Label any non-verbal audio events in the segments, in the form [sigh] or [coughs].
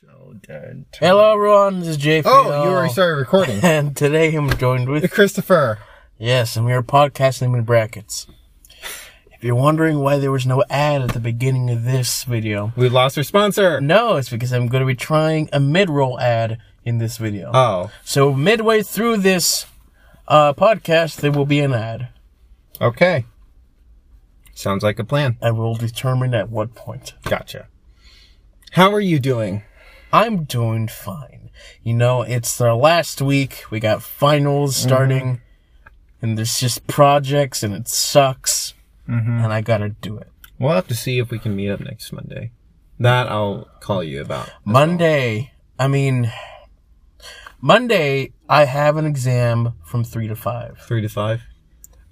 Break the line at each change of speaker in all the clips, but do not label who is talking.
So dead.
Hello, everyone. This is Jay.
Oh,
Fido.
you already started recording.
[laughs] And today I'm joined with
Christopher.
yes, and we are podcasting in brackets. If you're wondering why there was no ad at the beginning of this video,
We lost our sponsor.
no, it's because I'm going to be trying a mid-roll ad in this video.
Oh.
so midway through this uh, podcast, there will be an ad,
Okay. Sounds like a plan.
and we'll determine at what point.
Gotcha. How are you doing?
I'm doing fine. You know, it's the last week. We got finals
Mm-hmm.
starting, and there's just projects, and it sucks.
Mm-hmm.
And I gotta do it.
We'll have to see if we can meet up next Monday. That I'll call you about.
Monday, I mean, Monday, I have an exam from 3 to 5,
Three to five.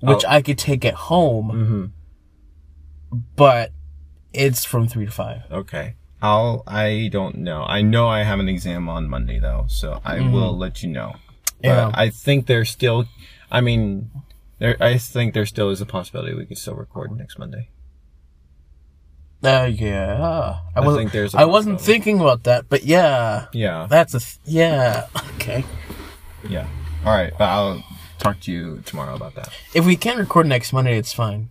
Oh.
which I could take at home,
Mm-hmm.
but it's from 3 to 5.
Okay. I'll. I don't know. I know I have an exam on Monday though, so I will let you know. But
Mm-hmm. Yeah.
I think there's still. I mean, there. I think there still is a possibility we could still record next Monday.
Uh, yeah. I, wasn't,
think there's a
I wasn't
possibility.
thinking about that, but yeah.
Yeah.
That's a. Th- yeah. [laughs] Okay.
Yeah. All right, but I'll talk to you tomorrow about that.
If we can record next Monday, it's fine.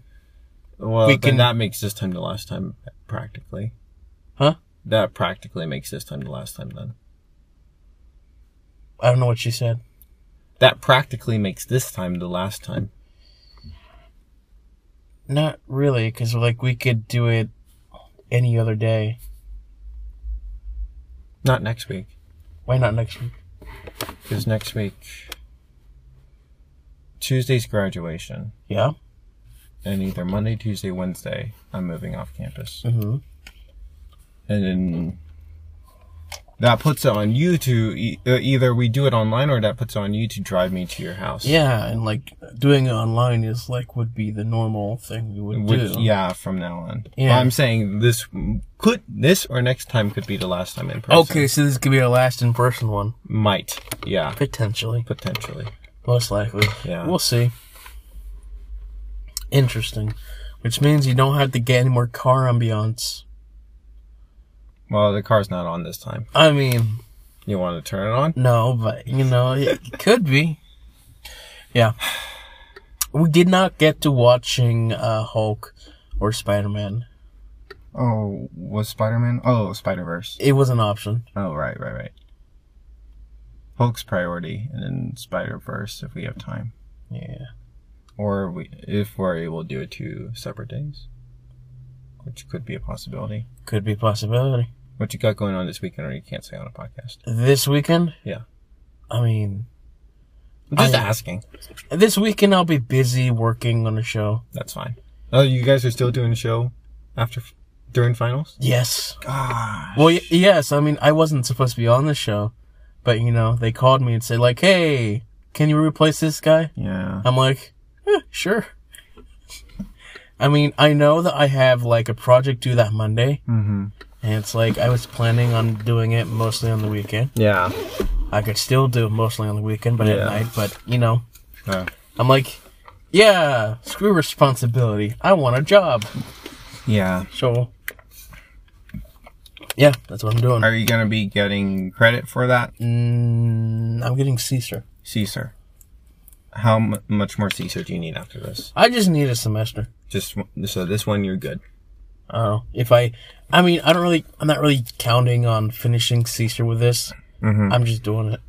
Well,
We
then
can-
that makes this time the last time practically.
Huh?
That practically makes this time the last time then.
I don't know what she said.
That practically makes this time the last time.
Not really, because like we could do it any other day.
Not next week,
Why not next week?
because next week Tuesday's graduation,
Yeah.
and either Monday, Tuesday, Wednesday, I'm moving off campus,
Mm-hmm.
and then that puts it on you to e- uh, either we do it online or that puts it on you to drive me to your house.
Yeah, and like doing it online is like would be the normal thing we would,
Which,
do.
yeah, from now on.
Yeah.
I'm saying this could, this or next time could be the last time in person.
Okay, so this could be our last in-person one,
Might. Yeah.
potentially,
Potentially.
most likely.
Yeah.
We'll see. Interesting, which means you don't have to get any more car ambiance.
Well, the car's not on this time.
I mean,
You want to turn it on?
No, but you know, it could be. Yeah. We did not get to watching uh, Hulk or Spider Man.
Oh, was Spider Man? Oh, Spider Verse.
It was an option.
Oh, right, right, right. Hulk's priority, and then Spider Verse if we have time,
Yeah.
or we if we're able to do it two separate days, which could be a possibility.
Could be a possibility.
What you got going on this weekend, or you can't say on a podcast?
This weekend?
Yeah.
I mean,
I'm just
I-
asking.
this weekend I'll be busy working on a show.
That's fine. Oh, you guys are still doing a show after during finals?
Yes.
God.
Well, y- yes. I mean, I wasn't supposed to be on the show, but you know, they called me and said, like, hey, can you replace this guy?
Yeah.
I'm like, eh, sure. I mean, I know that I have like a project due that Monday,
Mm-hmm.
and it's like I was planning on doing it mostly on the weekend.
Yeah.
I could still do it mostly on the weekend, but
Yeah.
at night. But you know,
Uh,
I'm like, yeah, screw responsibility. I want a job,
yeah.
so yeah, that's what I'm doing.
Are you gonna be getting credit for that,
Mm, I'm getting Caesar.
Caesar? How m- much more Caesar do you need after this?
I just need a semester.
Just w- so this one, you're good.
I don't know if I. I mean, I don't really. I'm not really counting on finishing Caesar with this.
Mhm.
I'm just doing it.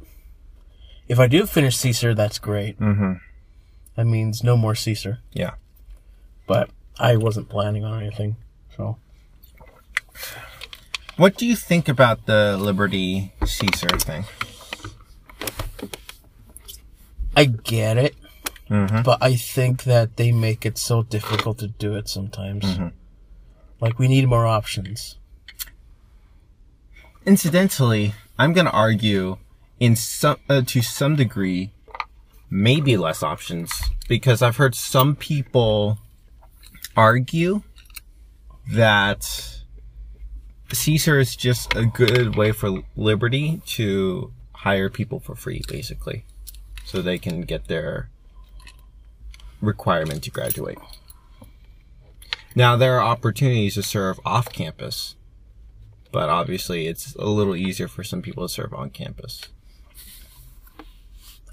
If I do finish Caesar, that's great.
Mm-hmm.
That means no more Caesar.
Yeah.
But I wasn't planning on anything, so
What do you think about the Liberty Caesar thing?
I get it.
Mhm.
But I think that they make it so difficult to do it sometimes.
Mm-hmm.
Like we need more options.
Incidentally, I'm gonna argue, in some uh, to some degree, maybe less options because I've heard some people argue that Caesar is just a good way for Liberty to hire people for free, basically, so they can get their requirement to graduate. Now, there are opportunities to serve off campus but obviously it's a little easier for some people to serve on campus.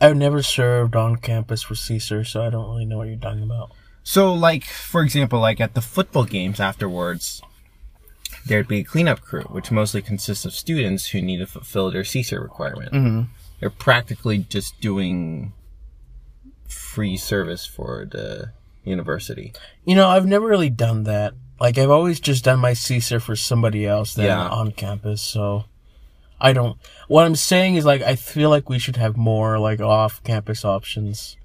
I've never served on campus for CSER, so I don't really know what you're talking about.
So, like for example, like at the football games afterwards, there'd be a cleanup crew, which mostly consists of students who need to fulfill their CSER requirement. They're practically just doing free service for the university.
You know, I've never really done that. Like, I've always just done my CSER for somebody else than
Yeah.
on campus, so I don't. What I'm saying is, like, I feel like we should have more, like, off campus options.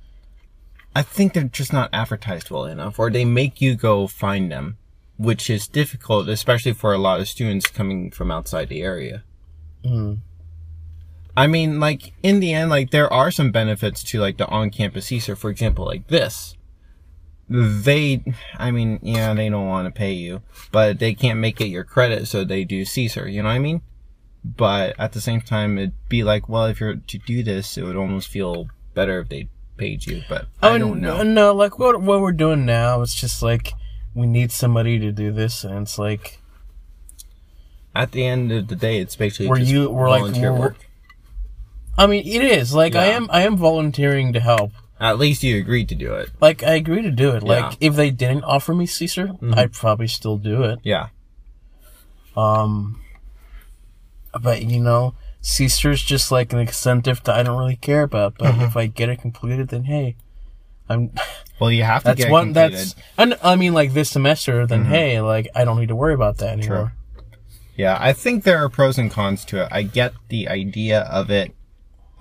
I think they're just not advertised well enough, or they make you go find them, which is difficult, especially for a lot of students coming from outside the area.
Hmm.
I mean, like, in the end, like, there are some benefits to, like, the on campus CSER, for example, like this. They, I mean, yeah, they don't want to pay you, but they can't make it your credit, so they do CSER, you know what I mean? But at the same time, it'd be like, well, if you're to do this, it would almost feel better if they paid you, but I
n-
don't know.
No, like, what, what we're doing now, it's just like, we need somebody to do this, and it's like,
at the end of the day, it's basically
Were
just
you- were, like,
volunteer
were-
work.
I mean, it is. Like, I
Yeah.
am, I am volunteering to help.
At least you agreed to do it.
Like, I agree to do it. Like,
Yeah. Mm-hmm.
if they didn't offer me CSER, I'd probably still do it.
Yeah.
Um, but you know, Caesar is just like an incentive that I don't really care about. But if I get it completed, then hey, I'm.
Well, Mm-hmm. you have
[laughs]
to
That's
get
one.
completed.
That's. And I mean, like this semester,
Mm-hmm.
then hey, like I don't need to worry about that anymore.
Yeah, I think there are pros and cons to it. I get the idea of it,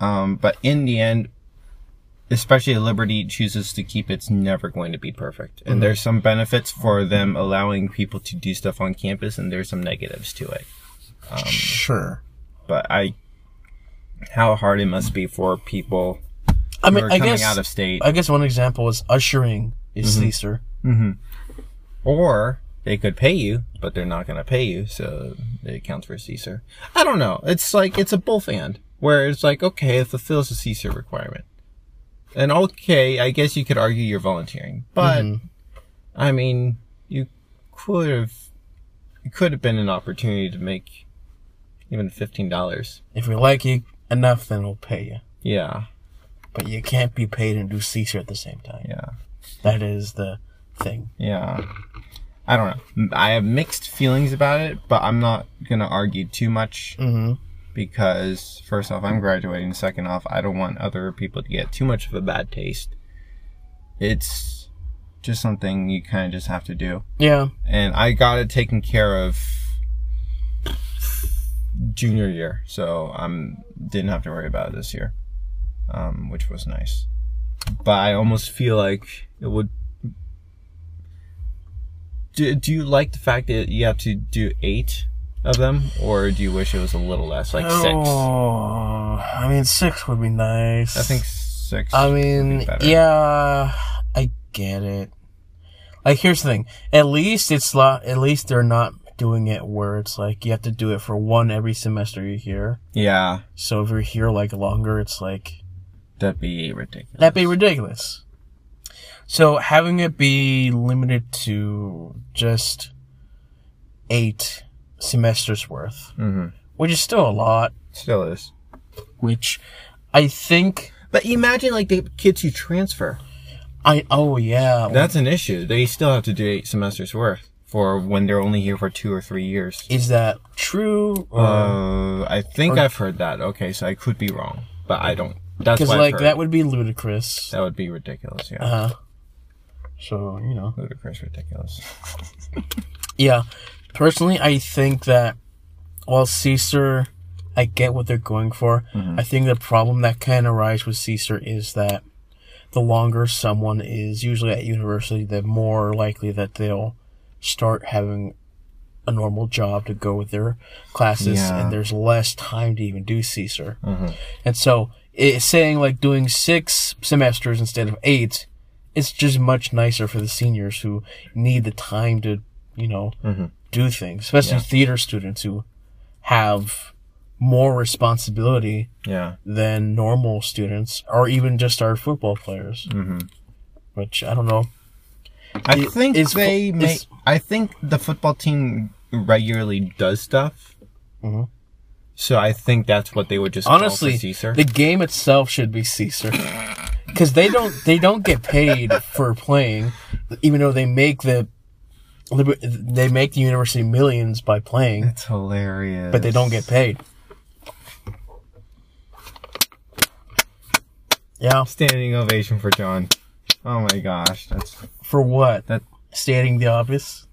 um, but in the end, especially Liberty chooses to keep it's never going to be perfect. And there's some benefits for them allowing people to do stuff on campus, and there's some negatives to it.
Sure.
But I, how hard it must be for people
I
who
mean,
are
I
coming
guess.
out of Mm-hmm. state,
I guess one example is ushering is Caesar.
or they could pay you, but they're not going to pay you, so it counts for CSER. I don't know. It's like it's a both and where it's like okay, it fulfills the CSER requirement, and okay, I guess you could argue you're volunteering, but I mean, you could have it could have been an opportunity to make even fifteen dollars.
If we like you enough, then we'll pay you.
Yeah,
But you can't be paid and do Caesar at the same time.
yeah.
That is the thing.
Yeah. I don't know. M- I have mixed feelings about it, but I'm not going to argue too much
Mhm.
because, first off, I'm graduating. Second off, I don't want other people to get too much of a bad taste. It's just something you kind of just have to do.
Yeah.
And I got it taken care of junior year, so I am didn't have to worry about it this year, um, which was nice. But I almost feel like it would. Do, do you like the fact that you have to do eight of them, or do you wish it was a little less, like six?
Oh, I mean, six would be nice.
I think six.
I mean,
better.
yeah, I get it. Like, here's the thing. At least it's not. At least they're not doing it where it's like you have to do it for one every semester you're here.
yeah,
So if you're here like longer, it's like
that'd be ridiculous.
that'd be ridiculous. So having it be limited to just eight semesters worth,
hmm
which is still a lot.
Still is.
Which I think
But imagine like the kids who transfer.
I oh yeah
That's an issue. They still have to do eight semesters worth for when they're only here for two or three years.
is that true or
Uh, I think I've heard that. Okay, so I could be wrong, but I don't. That's
because
what
like
I've heard.
that would be ludicrous
that would be ridiculous. Yeah,
uh so you know
ludicrous,
[laughs]
ridiculous.
yeah personally I think that while Caesar I get what they're going for I think the problem that can arise with Caesar is that the longer someone is usually at university the more likely that they'll start having a normal job to go with their classes
Yeah.
and there's less time to even do Caesar. And so it's saying like doing six semesters instead of eight, it's just much nicer for the seniors who need the time to, you know, do things, especially theater students who have more responsibility
Yeah,
than normal students or even just our football players. Mm-hmm. Which I don't know.
I
It-
think
it's-
they make.
it's-
I think the football team regularly does stuff So I think that's what they would just
Mm-hmm. Honestly,
call for Caesar.
the game itself should be
[laughs]
Caesar, because they don't they don't get paid for playing, even though they make the they make the university millions by playing,
It's hilarious.
but they don't get paid. Yeah,
standing ovation for John. Oh my gosh, that's
for what?
that.
Stating the obvious.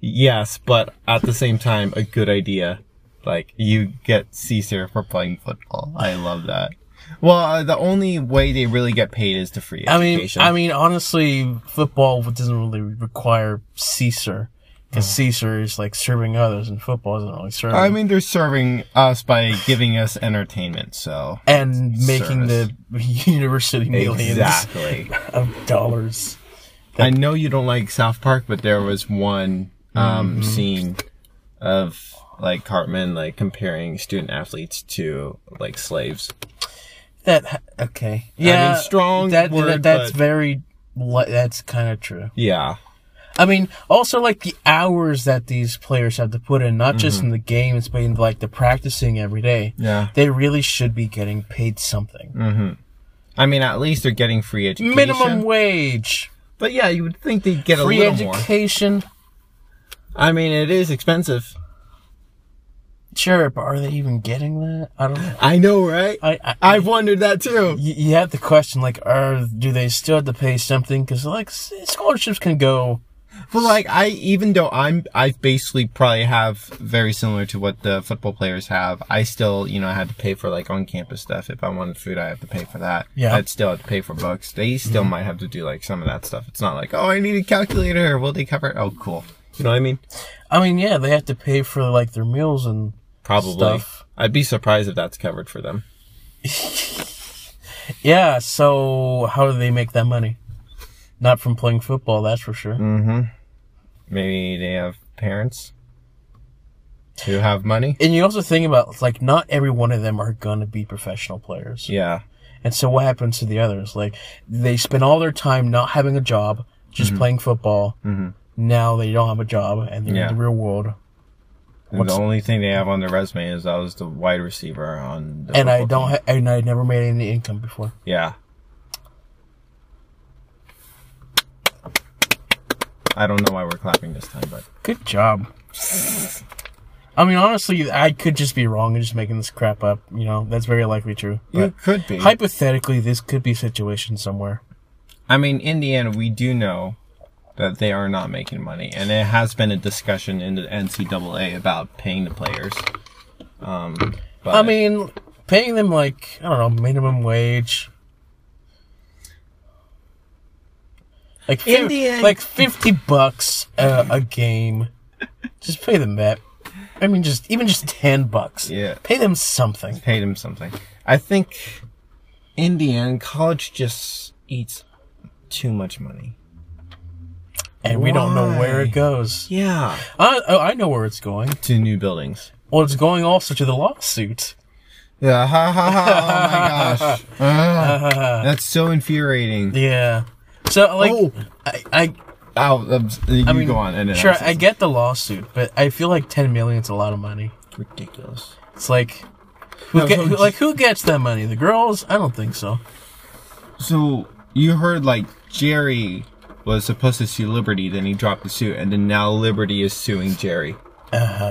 Yes, but at the same time, a good idea. Like you get Caesar for playing football. I love that. Well, uh, the only way they really get paid is to free
I mean,
education.
I mean, honestly, football doesn't really require Caesar, because Caesar is like serving others, and football isn't really serving.
Mm. I mean, they're serving us by giving us entertainment. So
and making the [laughs] university millions
exactly.
of dollars.
I know you don't like South Park, but there was one um,
Mm-hmm.
scene of like Cartman like comparing student athletes to like slaves.
That okay? Yeah,
strong
That,
word,
that that's
but-
very. li- That's kind of true.
Yeah,
I mean, also like the hours that these players have to put in, not just in the games, but in like the practicing every day.
Mm-hmm. yeah.
They really should be getting paid something.
I mean, at least they're getting free education.
Minimum wage,
But yeah, you would think they'd get a
free
little more.
education.
I mean, it is expensive.
Sure, but are they even getting that? I don't. know.
I know, right?
I, I
I've wondered that too.
you, you have the question like, are do they still have to pay something? Because like s- scholarships can go.
But like, I even though I'm, I basically probably have very similar to what the football players have. I still, you know, I had to pay for like on-campus stuff. If I wanted food, I have to pay for that.
Yeah. Mm-hmm.
I'd still have to pay for books. They still might have to do like some of that stuff. It's not like, oh, I need a calculator. Will they cover it? Oh, cool. You know what I mean?
I mean, yeah, they have to pay for like their meals and
Probably.
Stuff.
I'd be surprised if that's covered for them.
yeah. So how do they make that money? Not from playing football, that's for sure.
Mm. Maybe they have parents who have money.
And you also think about like not every one of them are gonna be professional players.
Yeah.
And so what happens to the others? Like they spend all their time not having a job, just
Mm-hmm.
playing football. Now they don't have a job and they're
Yeah.
in the real world.
And the only thing they have on their resume is I was the wide receiver on. The
And I
football
don't.
team.
Ha- and I never made any income before.
yeah. I don't know why we're clapping this time, but
Good job. I mean, honestly, I could just be wrong and just making this crap up. You know, that's very likely true.
you
But
could be.
hypothetically, this could be a situation somewhere.
I mean, in the end, we do know that they are not making money, and it has been a discussion in the NCAA about paying the players. Um, but
I mean, paying them like I don't know minimum wage, like fif-
In the end-
like fifty bucks uh, a game. Just pay them that. I mean, just even just ten bucks.
Yeah.
pay them something.
paid him something. I think in the end, college just eats too much money.
And we don't know where
Why?
it goes.
Yeah,
I oh, I know where it's going.
to new buildings.
Well, it's going also to the lawsuit.
Yeah, [laughs] ha ha ha! Oh my
[laughs]
gosh, Ah, that's so infuriating.
Yeah. So like,
Oh.
I, I,
Ow, um, you
I mean,
go on. And
sure, I get the lawsuit, but I feel like ten million is a lot of money.
ridiculous.
It's like, who
No,
get,
so
who,
it's-
like who gets that money? The girls? I don't think so.
So you heard like Jerry was supposed to sue Liberty, then he dropped the suit, and then now Liberty is suing Jerry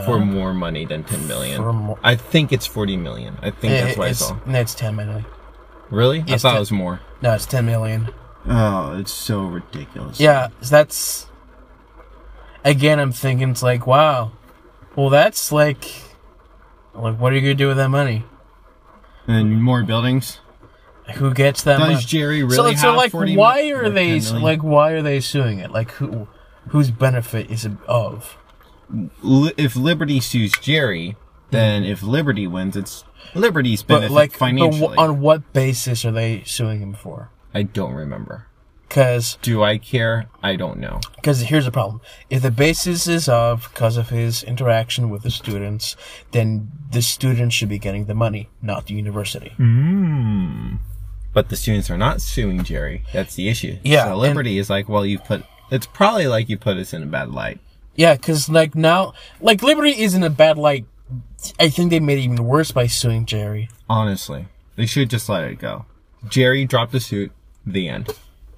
for more money than ten million.
Uh-huh. For more-
I think it's forty million. I think
It-
that's what I
it's,
saw.
no, it's ten million.
Really? I
Yes,
thought
that-
it was more.
No, it's ten million.
Oh, it's so ridiculous.
Yeah, that's. Again, I'm thinking it's like, wow, well, that's like, like, what are you gonna do with that money?
And more buildings.
Who gets that
Does
money?
Jerry
so,
really
so
have
like
40
why
mil-
are
like
they
10 million?
like why are they suing it like who whose benefit is it of
Li- if Liberty sues Jerry, then if Liberty wins, it's Liberty's benefit
but like but wh-
financially.
on what basis are they suing him for
I don't remember.
because
Do I care? I don't know.
because here's the problem if the basis is of because of his interaction with the students then the students should be getting the money not the university
Hmm.
Hmm.
But the students are not suing Jerry. That's the issue.
Yeah,
So
and-
Liberty is like, well, you put. It's probably like you put us in a bad light.
yeah because like now like liberty is in a bad light I think they made it even worse by suing Jerry.
Honestly, they should just let it go. Jerry dropped the suit. The end.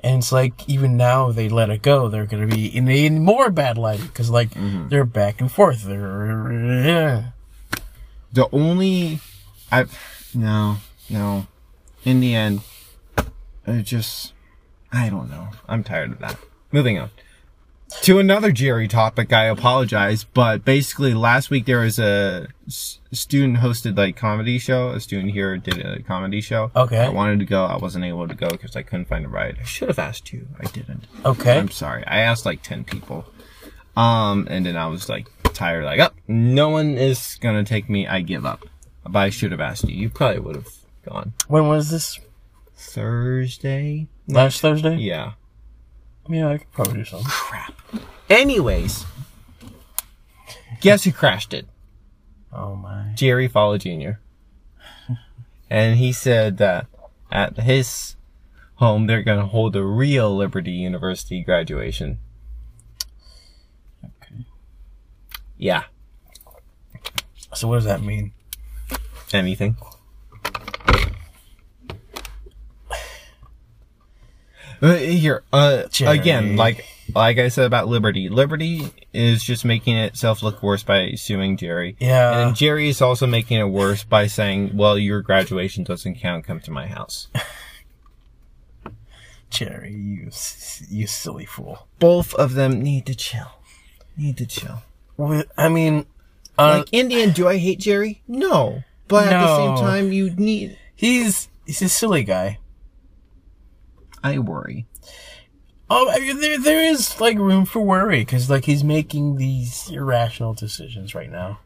And it's like even now they let it go, they're gonna be in even more bad light because like they're back and forth. They're
The only, I, no, no. In the end, it just, I don't know. I'm tired of that. Moving on to another Jerry topic. I apologize, but basically last week there was a s- student hosted like comedy show. A student here did a comedy show.
Okay.
I wanted to go. I wasn't able to go because I couldn't find a ride. I should have asked you. I didn't.
okay.
I'm sorry. I asked like 10 people. Um, and then I was like tired, like, oh, no one is gonna take me. I give up. But I should have asked you. You probably would have gone.
When was this?
Thursday?
Last Thursday?
Yeah.
Yeah, I could probably do something.
Crap. Anyways, guess who crashed it?
Oh my.
Jerry Fowler Jr. And he said that at his home, they're gonna hold a real Liberty University graduation.
Okay.
Yeah.
So what does that mean?
Anything. Uh, Here, uh,
Jerry.
again, like like I said about Liberty, Liberty is just making itself look worse by suing Jerry.
Yeah.
and Jerry is also making it worse by saying, "Well, your graduation doesn't count. Come to my house."
Jerry, you s- you silly fool.
Both of them need to chill. Need to chill.
Well, I mean, uh,
Like Indian, do I hate Jerry? No, but at the same
No.
time, you need.
he's he's a silly guy.
I worry.
Oh, I mean, there there is like room for worry because like he's making these irrational decisions right now.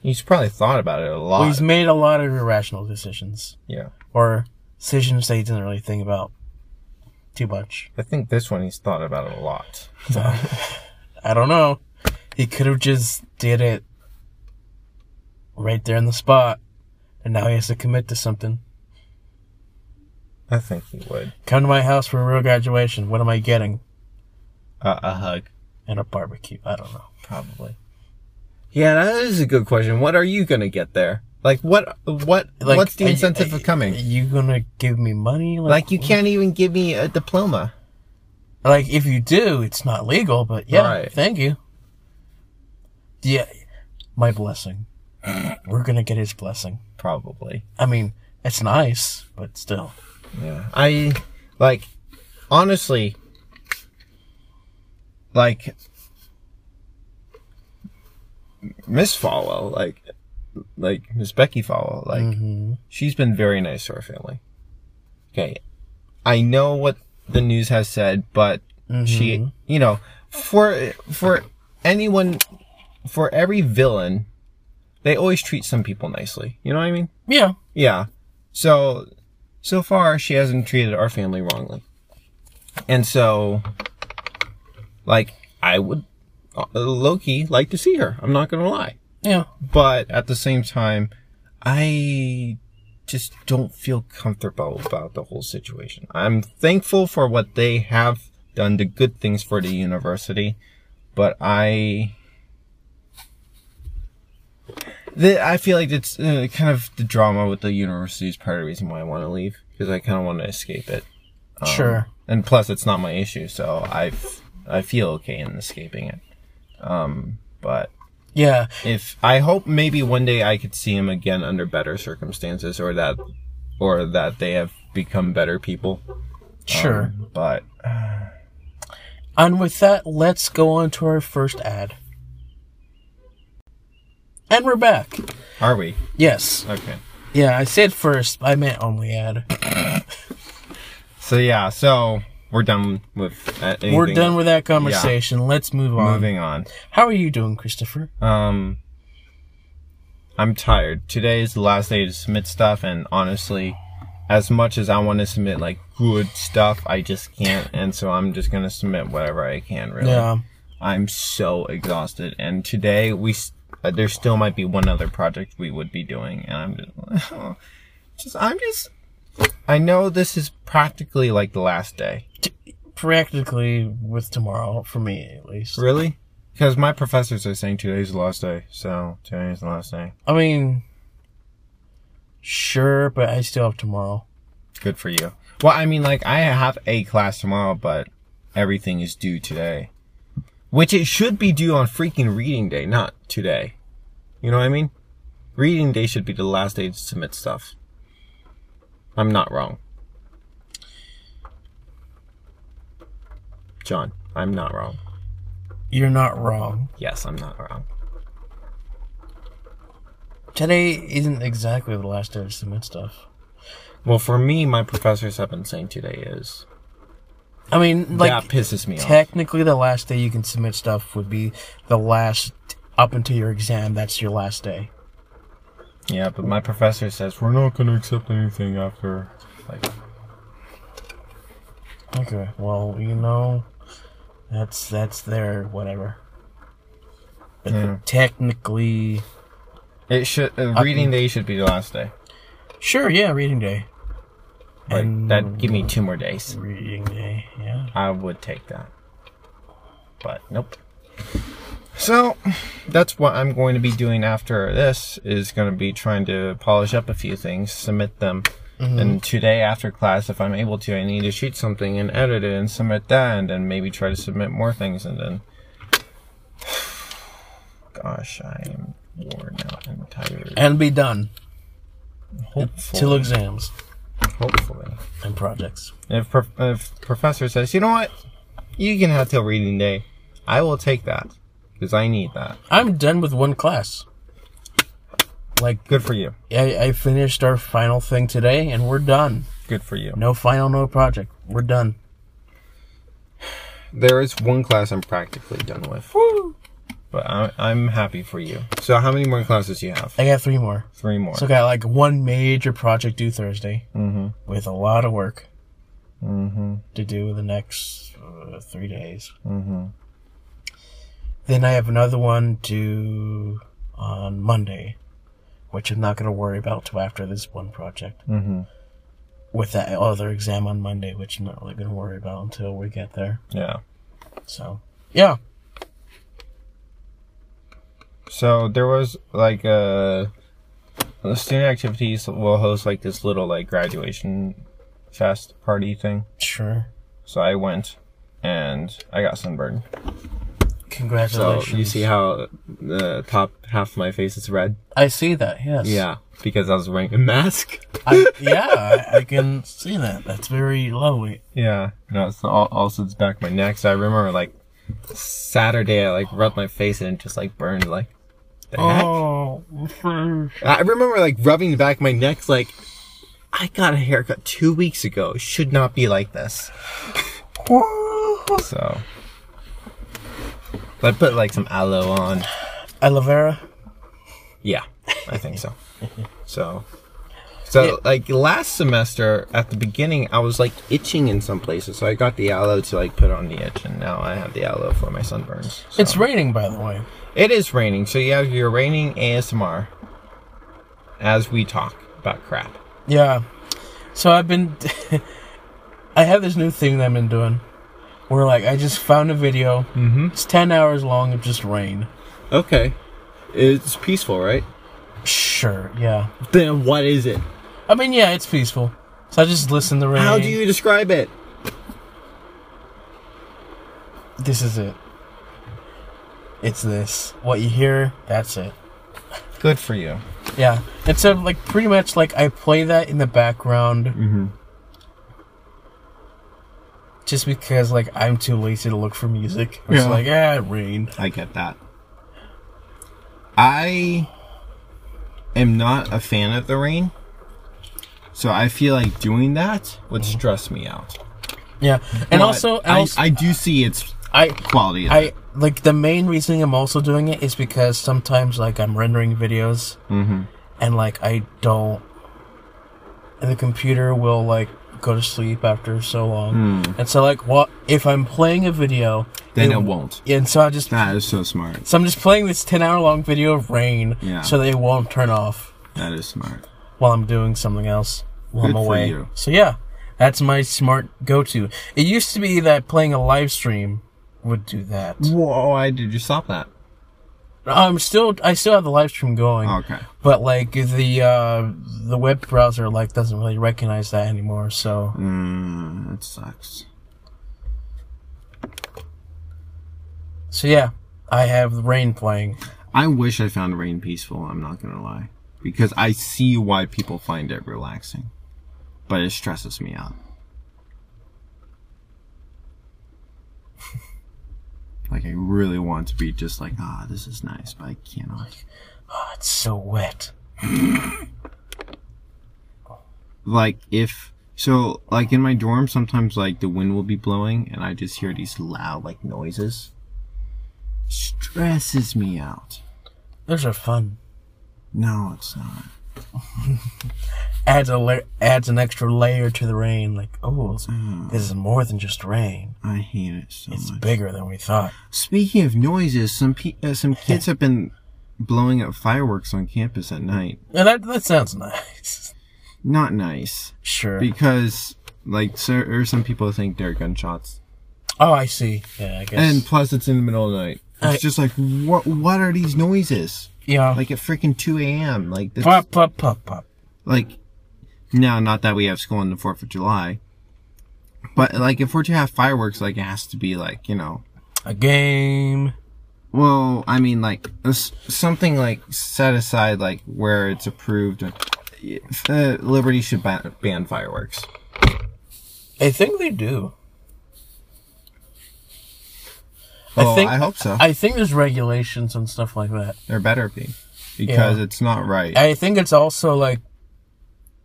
He's probably thought about it a lot.
Well, he's made a lot of irrational decisions
yeah.
or decisions that he didn't really think about too much.
I think this one he's thought about it a lot.
So, I don't know. He could have just did it right there in the spot, and now he has to commit to something.
I think he would.
Come to my house for a real graduation. What am I getting?
Uh, a hug,
And a barbecue. I don't know.
probably. Yeah, that is a good question. What are you gonna get there? Like, what, what,
Like,
what's the
are you-
incentive
are
of coming?
You gonna give me money?
like, you can't even give me a diploma.
Like if you do, it's not legal. But yeah,
Right.
thank you. Yeah, my blessing. We're gonna get his blessing.
Probably.
I mean, it's nice, but still.
Yeah. I, like, honestly, like, Miss Falwell, like, like Miss Becky Falwell, like,
hmm
she's been very nice to our family. Okay. I know what the news has said, but she, you know, for, for anyone, for every villain, they always treat some people nicely. You know what I mean?
Yeah.
Yeah. So, so far, she hasn't treated our family wrongly. And so, like, I would, uh, Loki, like to see her. I'm not gonna lie
Yeah.
but at the same time, I just don't feel comfortable about the whole situation. I'm thankful for what they have done, the good things for the university, but I. The, I feel like it's uh, kind of the drama with the university is part of the reason why I want to leave because I kind of want to escape it, Um,
sure.
and plus it's not my issue, so I f- I feel okay in escaping it. Um, but
Yeah.
if I hope maybe one day I could see him again under better circumstances or that or that they have become better people.
Sure.
But
And with that, let's go on to our first ad. And we're back.
are we?
Yes.
Okay.
Yeah, I said first. I meant only ad.
So yeah, so we're done with uh, anything.
We're done with that conversation. Let's move on.
moving on.
How are you doing, Christopher?
Um I'm tired. Today is the last day to submit stuff and honestly as much as I want to submit like good stuff, I just can't and so I'm just going to submit whatever I can really.
Yeah.
I'm so exhausted. And today we s- uh, there still might be one other project we would be doing, and I'm just, [laughs] just I'm just I know this is practically like the last day.
Practically with tomorrow, for me at least.
Really? Because my professors are saying today's the last day, so today's the last day.
I mean, sure, but I still have tomorrow.
Good for you. Well, I mean, like, I have a class tomorrow, but everything is due today. Which it should be due on freaking reading day, not today. You know what I mean? Reading day should be the last day to submit stuff. I'm not wrong. John, I'm not wrong.
You're not wrong.
Yes, I'm not wrong.
Today isn't exactly the last day to submit stuff.
Well, for me, my professors have been saying today is.
I mean, like,
that pisses me off.
technically the last day you can submit stuff would be the last up until your exam. That's your last day.
Yeah, but my professor says we're not going to accept anything after. Like,
Okay. Well, you know, that's that's their whatever. But
Yeah.
technically,
it should. Uh, reading day should be the last day.
sure, yeah, reading day.
Like
And-
that. Give me two more days.
Reading day, yeah.
I would take that. But nope. So, that's what I'm going to be doing after this is going to be trying to polish up a few things, submit them. And today after class, if I'm able to, I need to shoot something and edit it and submit that and then maybe try to submit more things and then [sighs] gosh, I am worn out and tired.
And be done till
Hopefully,
exams
hopefully.
and projects.
If, prof- if professor says, you know what, you can have till reading day, I will take that because I need that.
I'm done with one class. Like
Good for you.
I, I finished our final thing today, and we're done.
Good for you.
No final, no project. We're done.
There is one class I'm practically done with, but I- I'm happy for you. So how many more classes do you have?
I got three more.
Three more.
So I got like one major project due Thursday,
Mhm.
with a lot of work
Mm-hmm.
to do the next uh, three days.
Mm-hmm.
Then I have another one due on Monday, which I'm not going to worry about till after this one project.
Mm-hmm.
With that other exam on Monday, which I'm not really going to worry about until we get there.
Yeah.
So, yeah,
So there was like a the student activities will host like this little like graduation fest party thing.
sure.
So I went and I got sunburned. So
Congratulations.
you see how the top half of my face is red?
I see that. Yes.
Yeah, because I was wearing a mask.
I, yeah, I, I can see that. That's very lovely.
Yeah, no, it's all, also it's back my neck. So I remember like Saturday, I like rubbed my face and it just like burned like. The neck.
Oh,
I remember like rubbing the back of my neck like. I got a haircut two weeks ago. It should not be like [laughs] this. So, I put like some aloe on.
aloe vera.
Yeah, I think [laughs] so. so, so like last semester at the beginning, I was like itching in some places, so I got the aloe to like put on the itch, and now I have the aloe for my sunburns. So-
It's raining, by the way.
it is raining, so you have your raining ASMR as we talk about crap.
Yeah. So I've been. [laughs] I have this new thing that I've been doing, where like I just found a video. Mm-hmm. It's ten hours long of just rain.
Okay, it's peaceful, right?
Sure. Yeah.
Then what is it?
I mean, yeah, it's peaceful. So I just listen to rain.
describe it?
This is it. It's this. What you hear, that's it.
Good for you.
Yeah. And so, like, pretty much, like, I play that in the background.
Mm-hmm.
Just because, like, I'm too lazy to look for music. It's
Yeah.
like, ah, it rained.
I get that. I am not a fan of the rain. So I feel like doing that would stress me out.
Yeah. And
But
also,
I,
also
I do see its
I,
quality.
I, like, the main reason I'm also doing it is because sometimes, like, I'm rendering videos.
Mm-hmm.
And, like, I don't. And the computer will, like, go to sleep after so long. And so, like, what if I'm playing a video.
Hmm. then it won't.
And so I just
That is so smart.
So I'm just playing this 10 hour long video of rain
Yeah.
so they won't turn off
That is smart.
while I'm doing something else while
Good
I'm
for
away.
you.
So yeah, that's my smart go to. It used to be that playing a live stream would do that.
Whoa, why did you stop that?
I'm still I still have the live stream going.
Okay.
But like the uh the web browser like doesn't really recognize that anymore, so
Mm, that sucks.
so yeah. I have the rain playing.
I wish I found rain peaceful, I'm not gonna lie. Because I see why people find it relaxing. But it stresses me out. [laughs] like I really want to be just like, ah, this is nice, but I cannot.
Oh, it's so wet.
Like if so like in my dorm sometimes like the wind will be blowing and I just hear these loud like noises. Stresses me out.
Those are fun.
No, it's not.
Adds a la- adds an extra layer to the rain. Like, oh, it's-
Mm.
this is more than just rain.
I hate it so
It's
much.
bigger than we thought.
Speaking of noises, some pe- uh, some kids have been blowing up fireworks on campus at night.
Yeah, that that sounds nice. [laughs]
Not nice
Sure.
because like so, or some people think they're gunshots,
oh, I see. Yeah, I guess.
and plus it's in the middle of the night. It's
I-
just like what what are these noises?
yeah.
Like at freaking two a.m. Like this,
pop, pop, pop, pop.
like no, not that we have school on the Fourth of July, but like if we're to have fireworks, like it has to be like you know
A game.
Well, I mean, like s- something like set aside, like where it's approved. Uh, Liberty should ban, ban fireworks.
I think they do.
Oh, I,
think-
hope so.
I think there's regulations and stuff like that.
there better be, because it's not right.
I think it's also like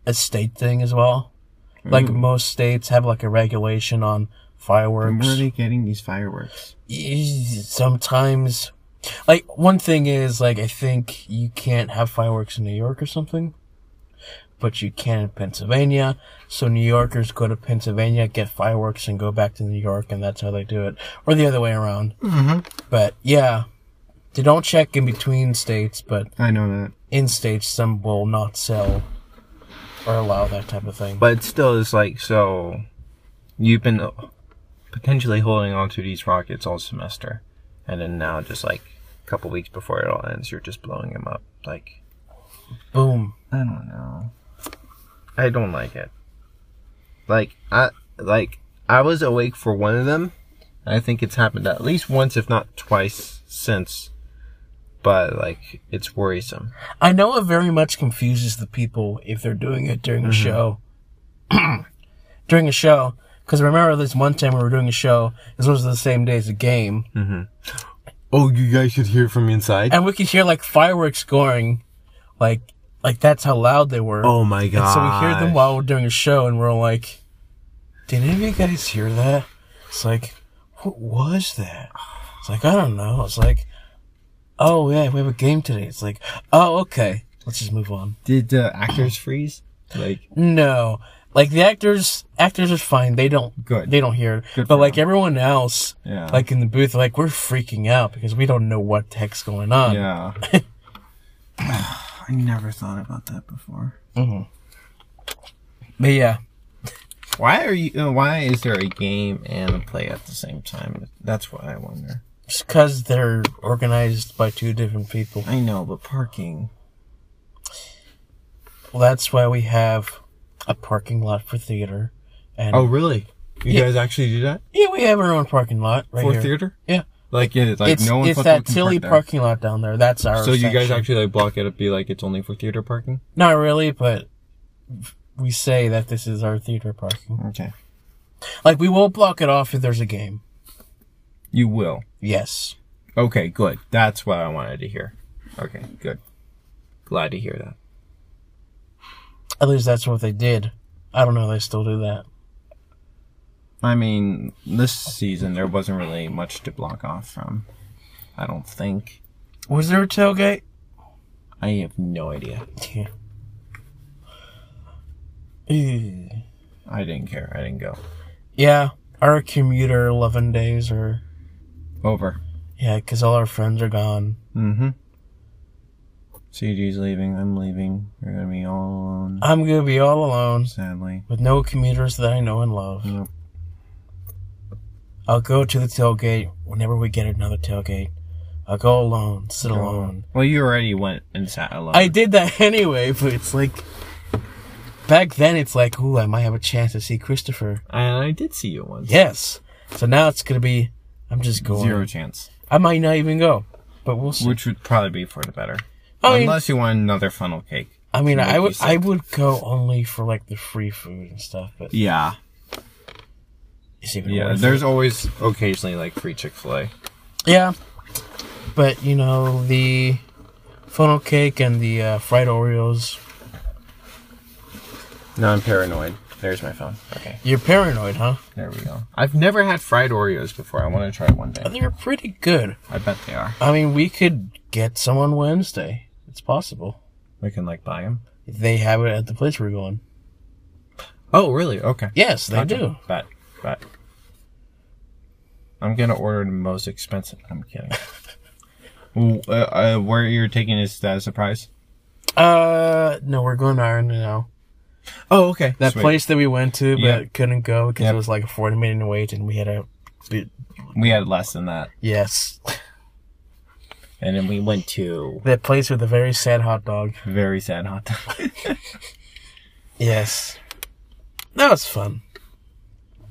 a state thing as well. Like
Mm.
most states have like a regulation on
Where are
fireworks.
they getting these fireworks?
Sometimes, like one thing is like I think you can't have fireworks in New York or something, but you can in Pennsylvania. So New Yorkers go to Pennsylvania, get fireworks, and go back to New York, and that's how they do it, or the other way around. Mm-hmm. But yeah, they don't check in between states, but
I know that,
in stage some will not sell or allow that type of thing.
but it still, it's like so. You've been uh, potentially holding on to these rockets all semester, and then now, just like a couple weeks before it all ends, you're just blowing them up. Like
Boom.
I don't know. I don't like it. Like I like I was awake for one of them. I think it's happened at least once, if not twice, since. But like it's worrisome.
I know it very much confuses the people if they're doing it during a show. [clears throat] during a show, because remember this one time we were doing a show. This was the same day as a game,
Oh, you guys could hear from inside.
and we could hear like fireworks going, like like that's how loud they were.
Oh my god!
So we hear them while we're doing a show, and we're like, "Did any of you guys hear that?" It's like, "What was that?" It's like, "I don't know." It's like, "Oh yeah, we have a game today." It's like, "Oh okay, let's just move on."
Did the actors freeze? Like
No, like the actors, actors are fine. They don't
Good.
They don't hear.
Good
but
for
like everyone else,
Yeah.
like in the booth, like we're freaking out because we don't know what the heck's going on.
[laughs] yeah. [sighs] I never thought about that before.
But yeah,
Why are you? Uh, why is there a game and a play at the same time? That's what I wonder.
just because they're organized by two different people.
I know, but parking.
Well, that's why we have a parking lot for theater. And
Oh, really? You
Yeah.
guys actually do that
yeah, we have our own parking lot right
for
here.
theater?
Yeah,
Like, yeah, like
it's
no one
it's that silly parking lot down there. That's our.
So you guys
section.
actually like block it up, be like it's only for theater parking.
not really, but we say that this is our theater parking.
Okay,
Like we will block it off if there's a game.
you will.
Yes.
Okay, good. That's what I wanted to hear. Okay, good. Glad to hear that.
At least that's what they did. I don't know. if They still do that.
I mean, this season there wasn't really much to block off from. I don't think.
Was there a tailgate?
I have no idea.
Yeah. Ew.
I didn't care. I didn't go.
Yeah, our commuter eleven days or
Over.
yeah, because all our friends are gone.
Mm-hmm. CG's leaving. I'm leaving. We're gonna be all alone.
I'm gonna be all alone.
Sadly.
with no commuters that I know and love.
Yep.
I'll go to the tailgate whenever we get another tailgate. I'll go alone, sit alone.
Well, you already went and sat alone.
I did that [laughs] anyway, but it's like back then it's like, ooh, I might have a chance to see Christopher.
and I did see you once.
Yes. So now it's gonna be I'm just going.
Zero chance.
I might not even go. But we'll see.
Which would probably be for the better.
I mean-
Unless you want another funnel cake.
I mean
Make
I
you
would
sick.
I would go only for like the free food and stuff, but
Yeah.
it's even
Yeah.
worth it.
There's always occasionally like free Chick fil A.
Yeah, but you know the funnel cake and the uh, fried Oreos.
No, I'm paranoid. There's my phone. Okay.
You're paranoid, huh?
There we go. I've never had fried Oreos before. I want to try it one
But
day.
They're pretty good.
I bet they are.
I mean, we could get some on Wednesday. It's possible.
We can like buy them.
They have it at the place we're going.
Oh, really? Okay.
Yes, they
Okay.
do.
Bet. Bet. I'm gonna order the most expensive. I'm [laughs] kidding. Ooh, uh, uh, where you're taking is that a surprise?
Uh, no, we're going to Ireland now.
Oh, okay.
That place that we went to but
Yeah.
couldn't go because
Yep.
it was like a forty minute wait, and we had a. bit-
we had less than that,
Yes,
and then we went to
that place with a very sad hot dog.
very sad hot dog. [laughs]
Yes, that was fun.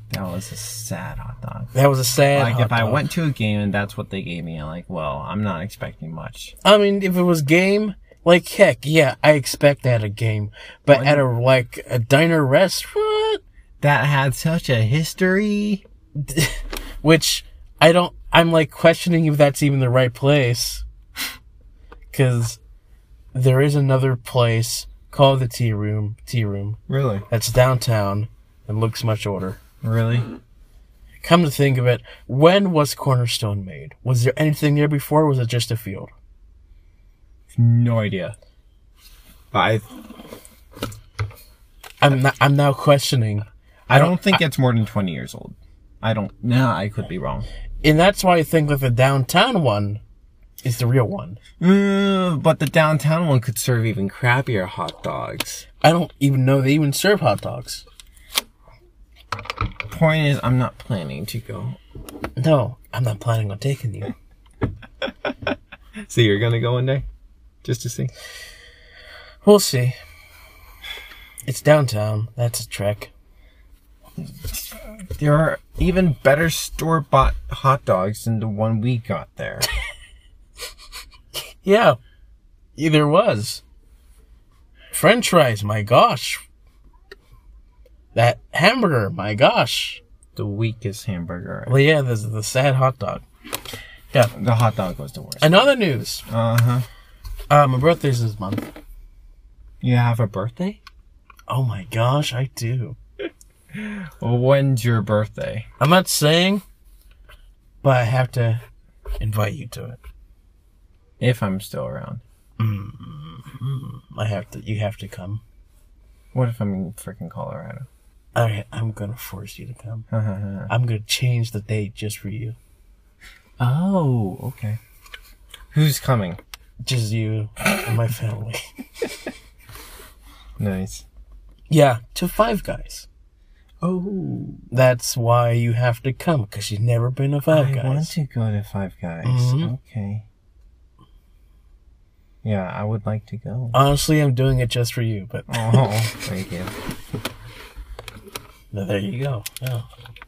that was a sad hot dog.
That was a sad.
Like
hot
if I
dog.
went to a game and that's what they gave me, I'm like, well, I'm not expecting much.
I mean, if it was game, like heck, yeah, I expect that at a game, but at a like a diner restaurant,
That had such a history.
which I don't, I'm like questioning if that's even the right place, because there is another place called the Tea Room, Tea Room
Really,
that's downtown and looks much older.
really.
Come to think of it, when was Cornerstone made? Was there anything there before? Or was it just a field?
No idea. But I,
I'm not, I'm now questioning.
I don't think it's more than 20 years old. I don't. No, I could be wrong.
And that's why I think that the downtown one is the real one.
Mm, but the downtown one could serve even crappier hot dogs.
I don't even know they even serve hot dogs.
Point is, I'm not planning to go.
No, I'm not planning on taking you.
So you're gonna go one day, just to see.
We'll see. It's downtown. That's a trek.
There are even better store bought hot dogs than the one we got there. [laughs]
Yeah. Either was. French fries, my gosh. That hamburger, my gosh.
the weakest hamburger.
Well, yeah, this is the sad hot dog. Yeah.
The hot dog was the worst.
Another news.
Uh huh.
Uh, my birthday's this month.
You have a birthday?
Oh my gosh, I do.
When's your birthday?
I'm not saying, but I have to invite you to it.
If I'm still around.
I have to. You have to come.
What if I'm in freaking Colorado?
Okay, I'm gonna force you to come. I'm gonna change the date just for you.
Oh, okay. Who's coming?
Just you and my family. [laughs]
Nice.
Yeah, to Five Guys.
Oh,
That's why you have to come, because you've never been to Five
I
Guys.
want to go to Five Guys.
Mhm.
Okay. Yeah, I would like to [laughs] go.
Honestly, I'm doing it just for you, but
Oh, thank you.
there you go. Yeah.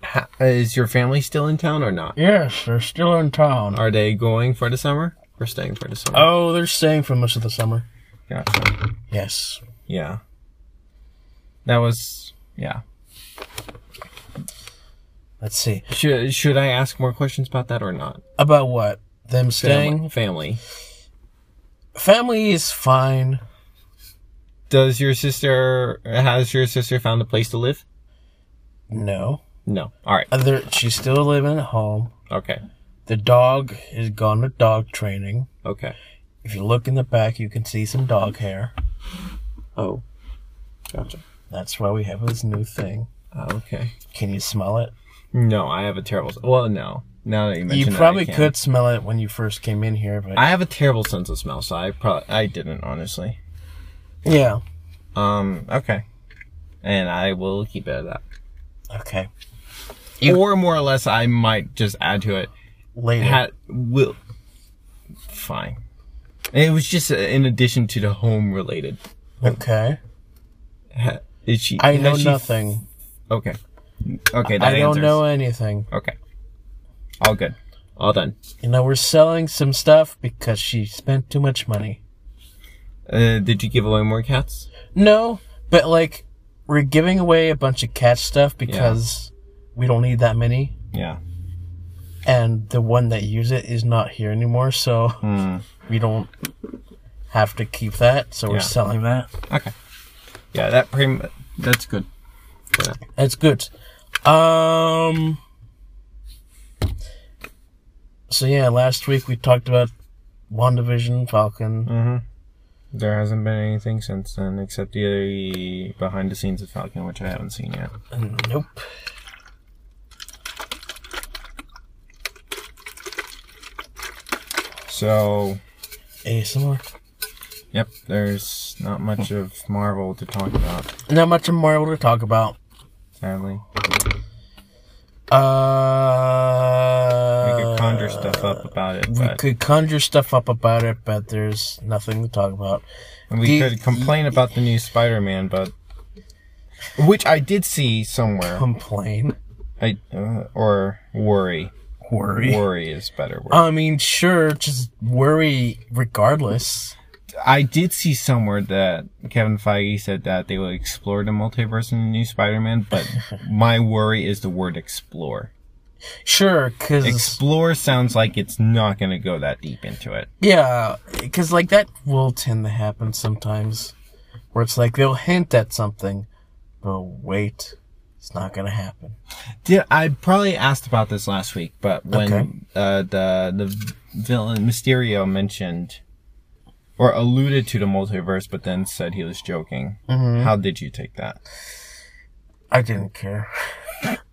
Ha- is your family still in town or not?
Yes, they're still in town.
Are they going for the summer or staying for the summer?
Oh, they're staying for most of the summer.
gotcha.
Yes.
Yeah. That was yeah.
Let's see.
Should should I ask more questions about that or not?
About what? Them staying?
Family. family.
Family is fine.
Does your sister has your sister found a place to live?
No.
No. All right.
Other, she's still living at home.
Okay.
The dog has gone to dog training.
Okay.
If you look in the back, you can see some dog hair.
Oh. Gotcha.
That's why we have this new thing.
Oh, okay.
Can you smell it?
No, I have a terrible. Well, no. Now that you mention
You
that, I
probably
can.
could smell it when you first came in here, but
I have a terrible sense of smell, so I probably I didn't honestly.
yeah.
Um. Okay. And I will keep it at that.
Okay. You-
or more or less, I might just add to it.
later.
Had will fine. And it was just uh, in addition to the home related.
okay.
Ha- Is she?
I
has
know
she-
nothing.
Okay. Okay. That
I don't
answers.
know anything.
Okay. All good. All done.
You know, we're selling some stuff because she spent too much money.
Uh, did you give away more cats?
No, but like we're giving away a bunch of cat stuff because we don't need that many,
Yeah.
and the one that use it is not here anymore, so we don't have to keep that. So we're
Yeah.
selling that.
Okay. Yeah, that pretty. mu- That's good. Yeah.
That's good. Um. So yeah, last week we talked about WandaVision, Falcon.
There hasn't been anything since then except the behind the scenes of Falcon, which I haven't seen yet. Mm.
Nope.
So,
ASMR.
yep, there's not much of Marvel to talk about,
Not much of Marvel to talk about.
sadly. We
Uh,
could conjure stuff up about it,
we
but
could conjure stuff up about it, but there's nothing to talk about.
and we
the-
could complain about the new Spider-Man, but which I did see somewhere.
Complain,
I uh, or worry.
worry. Uh,
Worry is better word.
I mean, sure, just worry regardless.
I did see somewhere that Kevin Feige said that they will explore the multiverse in the new Spider-Man,
[laughs]
but my worry is the word explore.
Sure, because
Explore sounds like it's not going to go that deep into it.
Yeah, because like that will tend to happen sometimes, where it's like they'll hint at something, but wait, it's not gonna happen.
Did I probably asked about this last week, but when
Okay.
uh, the the villain Mysterio mentioned or alluded to the multiverse, but then said he was joking.
Mm-hmm.
How did you take that?
I didn't care.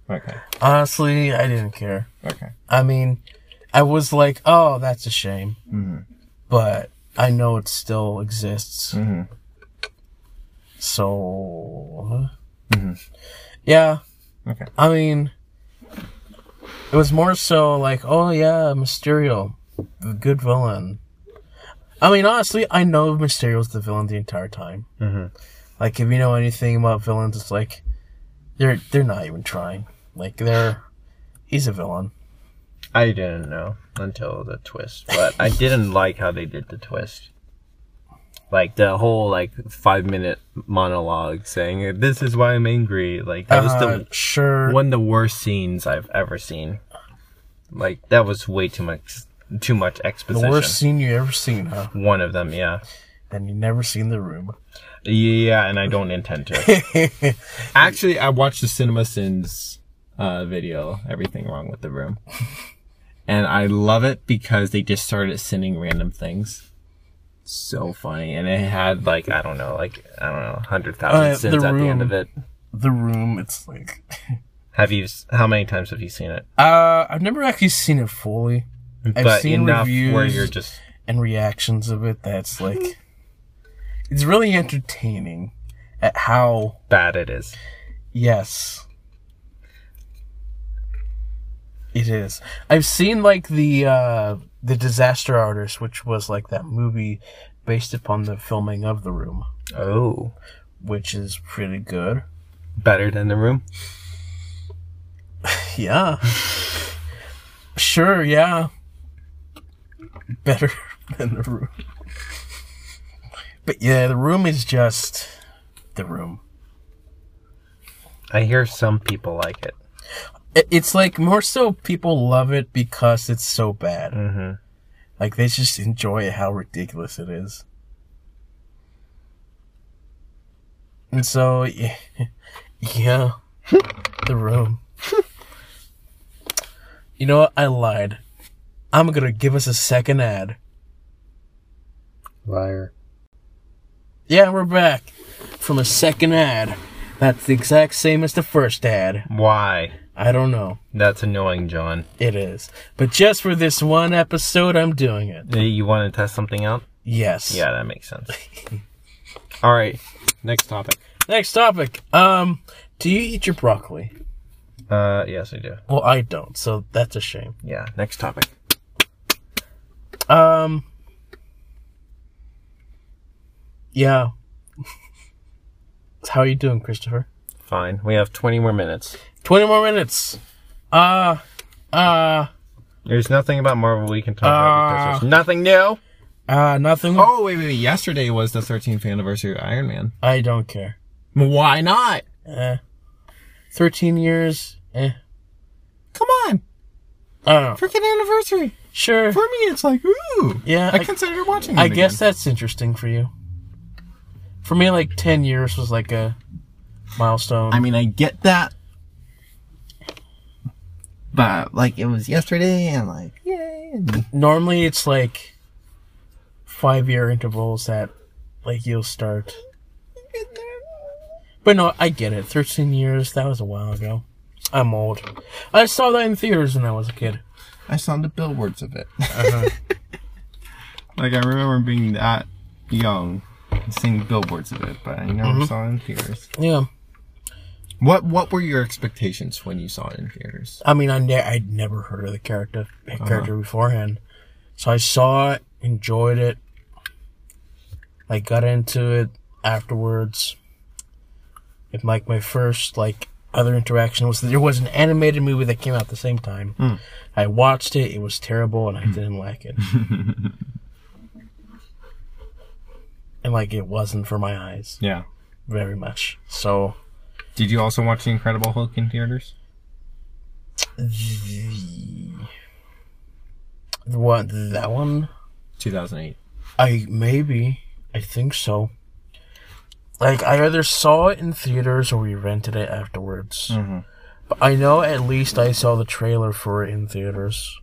Okay,
Honestly, I didn't care.
okay,
I mean, I was like, oh, that's a shame, but I know it still exists. So, yeah,
okay.
I mean, it was more so like, oh yeah, Mysterio, the good villain. I mean, honestly, I know Mysterio's the villain the entire time. Mm-hmm. Like, if you know anything about villains, it's like they're they're not even trying. Like, they're he's a villain.
I didn't know until the twist, but I didn't [laughs] like how they did the twist. Like the whole like five minute monologue saying this is why I'm angry. Like that was
Uh-huh.
Uh,
the
sure.
one of the worst scenes I've ever seen. Like that was way too much too much
the
exposition.
worst scene you ever seen, huh?
one of them, yeah.
And you never seen the room. [laughs]
Yeah, and I don't intend to.
Actually, I watched the CinemaSins uh, video, Everything Wrong with the
[laughs]
Room. And I love it because they just started sending random things. So funny. And it had, like, I don't know, like, I don't know, 100,000
Uh,
sins
The
at the
Room.
end of it.
The room. It's like
have you s- how many times have you seen it?
uh, I've never actually seen it fully. I've
but
seen
enough
reviews.
where you're just
and reactions of it that's like it's really entertaining at how
bad it is.
yes it is i've seen like the uh the disaster artist which was like that movie based upon the filming of the room
Oh.
which is pretty good
Better than the room?
yeah sure yeah better [laughs] than the room but yeah the room is just the room
I hear some people like it.
It- it's like more so people love it because it's so bad. Mm-hmm. Like they just enjoy how ridiculous it is. And so, yeah, [laughs] yeah the room. you know what? I lied. I'm gonna give us a second ad.
Liar.
Yeah, we're back from a second ad. That's the exact same as the first ad.
Why?
I don't know.
That's annoying, John.
It is. But just for this one episode, I'm doing it.
Uh, You want to test something out?
Yes.
Yeah, that makes
[laughs]
sense. All right. Next topic.
Next topic. Um, do you eat your broccoli?
Uh, yes, I do.
Well, I don't, so that's a shame.
Yeah. Next topic.
Um. Yeah. [laughs] How are you doing, Christopher?
Fine. We have 20 more minutes.
20 more minutes. Uh, uh,
There's nothing about Marvel we can talk about because there's nothing new.
uh, nothing.
Oh wait, wait, wait. Yesterday was the 13th anniversary of Iron Man.
I don't care.
Why not?
Eh. 13 years. Eh.
Come on,
I don't know.
freaking anniversary.
Sure.
For me, it's like ooh.
Yeah,
I,
I-
consider watching.
I
it
guess
again.
that's interesting for you. For me, like 10 years was like a milestone.
I mean, I get that, but like it was yesterday, and like yay. and- [laughs]
Normally, it's like five year intervals that like you'll start. But no, I get it. 13 years, that was a while ago. I'm old. I saw that in theaters when I was a kid.
I saw the billboards of it. Uh-huh. [laughs] like I remember being that young, and seeing billboards of it, but I never saw it in theaters.
Yeah.
What What were your expectations when you saw it in theaters?
I mean, I ne- I'd never heard of the character character beforehand, so I saw it, enjoyed it, like got into it afterwards. It like my first like other interaction was that there was an animated movie that came out at the same time. I watched it; it was terrible, and I didn't like it. and like it wasn't for my eyes
Yeah.
very much. So
Did you also watch The Incredible Hulk in theaters?
what that one?
2008.
I maybe I think so. Like I either saw it in theaters or we rented it afterwards. But I know at least I saw the trailer for it in theaters.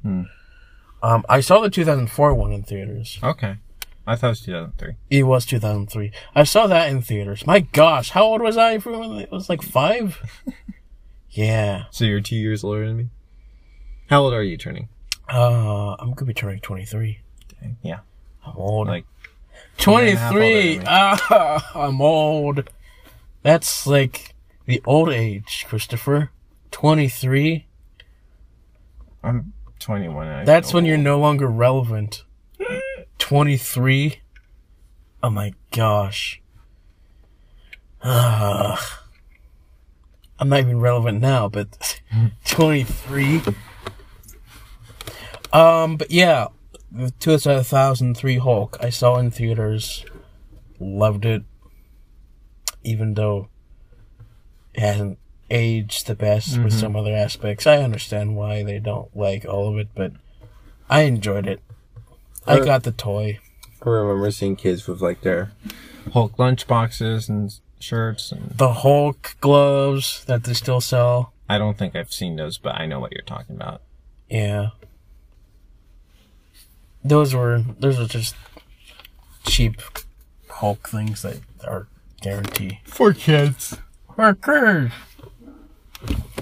Um, I saw the 2004 one in theaters.
Okay. I thought it was 2003.
It was 2003. I saw that in theaters. My gosh, how old was I? For when It was like five. yeah.
So you're two years older than me? How old are you turning?
Uh, I'm gonna be turning 23.
Yeah.
I'm old.
Like, and a half older than
23.
me.
Ah, [laughs] I'm old. That's like the old age, Christopher. 23.
I'm 21. And I
That's
feel
when you're no longer relevant. 23. Oh my gosh. Ugh. I'm not even relevant now, but [laughs] 23. Um, but yeah, the 2003 Hulk I saw in theaters, loved it, even though it hasn't aged the best with some other aspects. I understand why they don't like all of it, but I enjoyed it. I got the toy.
I remember seeing kids with like their Hulk lunch boxes and shirts, and
The Hulk gloves that they still sell.
I don't think I've seen those, but I know what you're talking about.
Yeah. Those were those are just cheap Hulk things that are guarantee.
For kids,
For kids.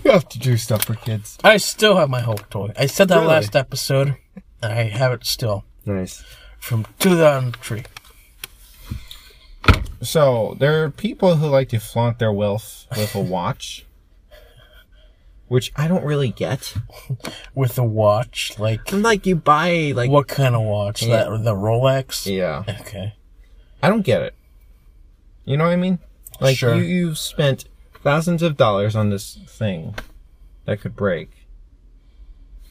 you have to do stuff for kids.
I still have my Hulk toy. I said that
Really?
last episode. And I have it still
Nice.
from 2003.
So there are people who like to flaunt their wealth [laughs] with a watch, which I don't really get.
With a watch, like
I'm like you buy like
what kind of watch?
Yeah.
That the Rolex.
yeah,
Okay.
I don't get it. You know what I mean? Like
Sure.
you you've spent thousands of dollars on this thing that could break.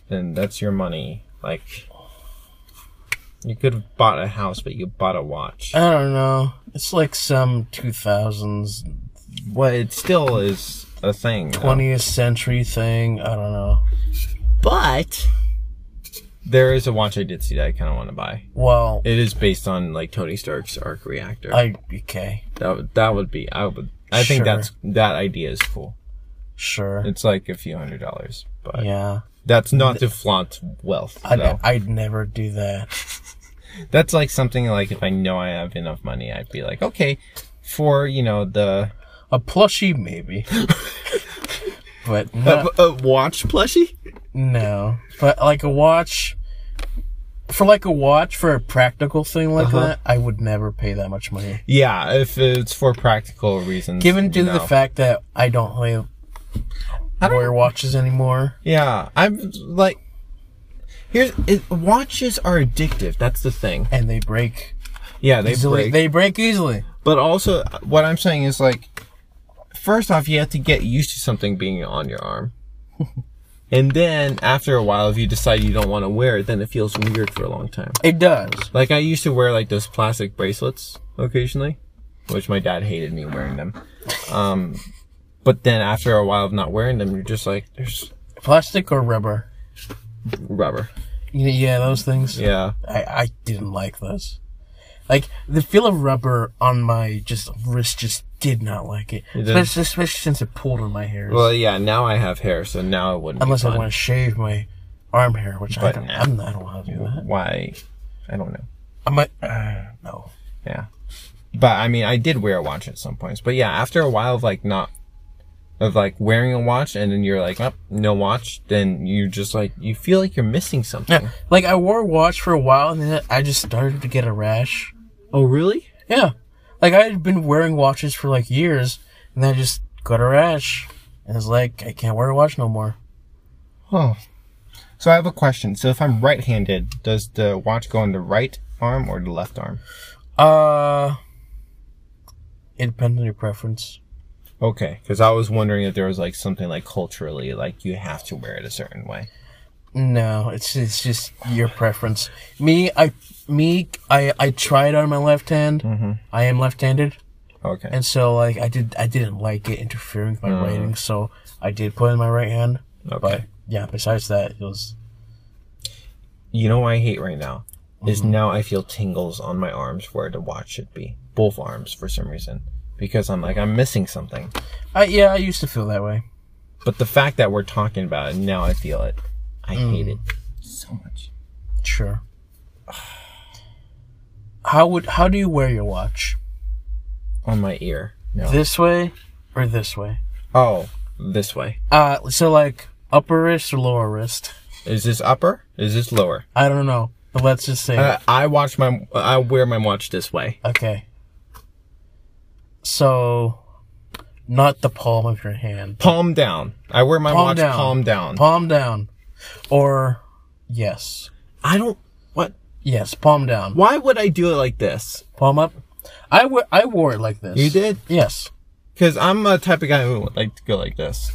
Then that's your money. Like you could have bought a house, but you bought a watch.
I don't know. It's like some 2000s,
Well, it still is a thing. though.
20th century thing. I don't know.
But there is a watch I did see that I kind of want to buy.
Well,
It is based on like Tony Stark's arc reactor.
I okay,
that would that would be I would I think
Sure.
that's that idea is cool.
sure.
It's like a few hundred dollars, but
Yeah,
that's not to flaunt wealth.
I'd,
though.
I'd never do that.
That's like something like if I know I have enough money, I'd be like, okay, for you know the
A plushie [laughs] maybe, but not,
a, watch plushie.
no. But like a watch, for like a watch for a practical thing like that, I would never pay that much money.
Yeah, if it's for practical reasons.
Given to
no.
the fact that I don't play
I don't-
wear watches anymore.
Yeah, I'm like, here's it, watches are addictive. That's the thing.
And they break.
Yeah, they
easily.
break.
They break easily.
but also, what I'm saying is like, first off, you have to get used to something being on your arm, and then after a while, if you decide you don't want to wear it, then it feels weird for a long time.
It does.
Like I used to wear like those plastic bracelets occasionally, which my dad hated me wearing them. Um, but then after a while of not wearing them, you're just like, there's
Plastic or rubber?
rubber.
Y- Yeah, those things.
Yeah.
I, I didn't like those. Like the feel of rubber on my just wrist just did not like it.
didn't?
Especially, especially since it pulled on my hair.
Well, yeah, now I have hair, so now it wouldn't
Unless
be
I
fun.
want to shave my arm hair, which I
But
don't.
nah.
I'm not, I don't want to do that.
Why? I don't know.
I might. Uh, no.
Yeah. But I mean, I did wear a watch at some points. But yeah, after a while of like not, of like wearing a watch and then you're like, oh, no watch, then you just like, you feel like you're missing something.
Yeah. Like I wore a watch for a while, and then I just started to get a rash.
Oh, really?
Yeah. Like I had been wearing watches for like years, and then I just got a rash, and it's like I can't wear a watch no more.
Oh. So I have a question. So if I'm right handed, does the watch go on the right arm or the left arm?
Uh. It depends on your preference.
Okay. Because I was wondering if there was like something like culturally, like you have to wear it a certain way.
No, it's it's just your preference. Me, I me, I I tried on my left hand. I am left-handed,
Okay.
and so like I did I didn't like it interfering with my writing, so I did put in my right hand.
okay.
But yeah, besides that, it was
you know what I hate right now is now I feel tingles on my arms where the watch should be, both arms for some reason, because I'm like I'm missing something.
I yeah I used to feel that way.
But the fact that we're talking about it now, I feel it. I hate it Mm. so much.
Sure. [sighs] How would how do you wear your watch?
On my ear. No.
This way or this way?
oh, this way.
Uh so like upper wrist or lower wrist?
Is this upper? Is this lower?
I don't know. But let's just say
Uh, I watch my. I wear my watch this way.
okay. So not the palm of your hand.
Palm down. I wear my
Palm
watch
down.
palm down.
Palm down. Or yes.
I don't. What?
Yes, palm down.
Why would I do it like this?
Palm up. I wear I wore it like this.
You did.
Yes.
Because I'm a type of guy who would like to go like this.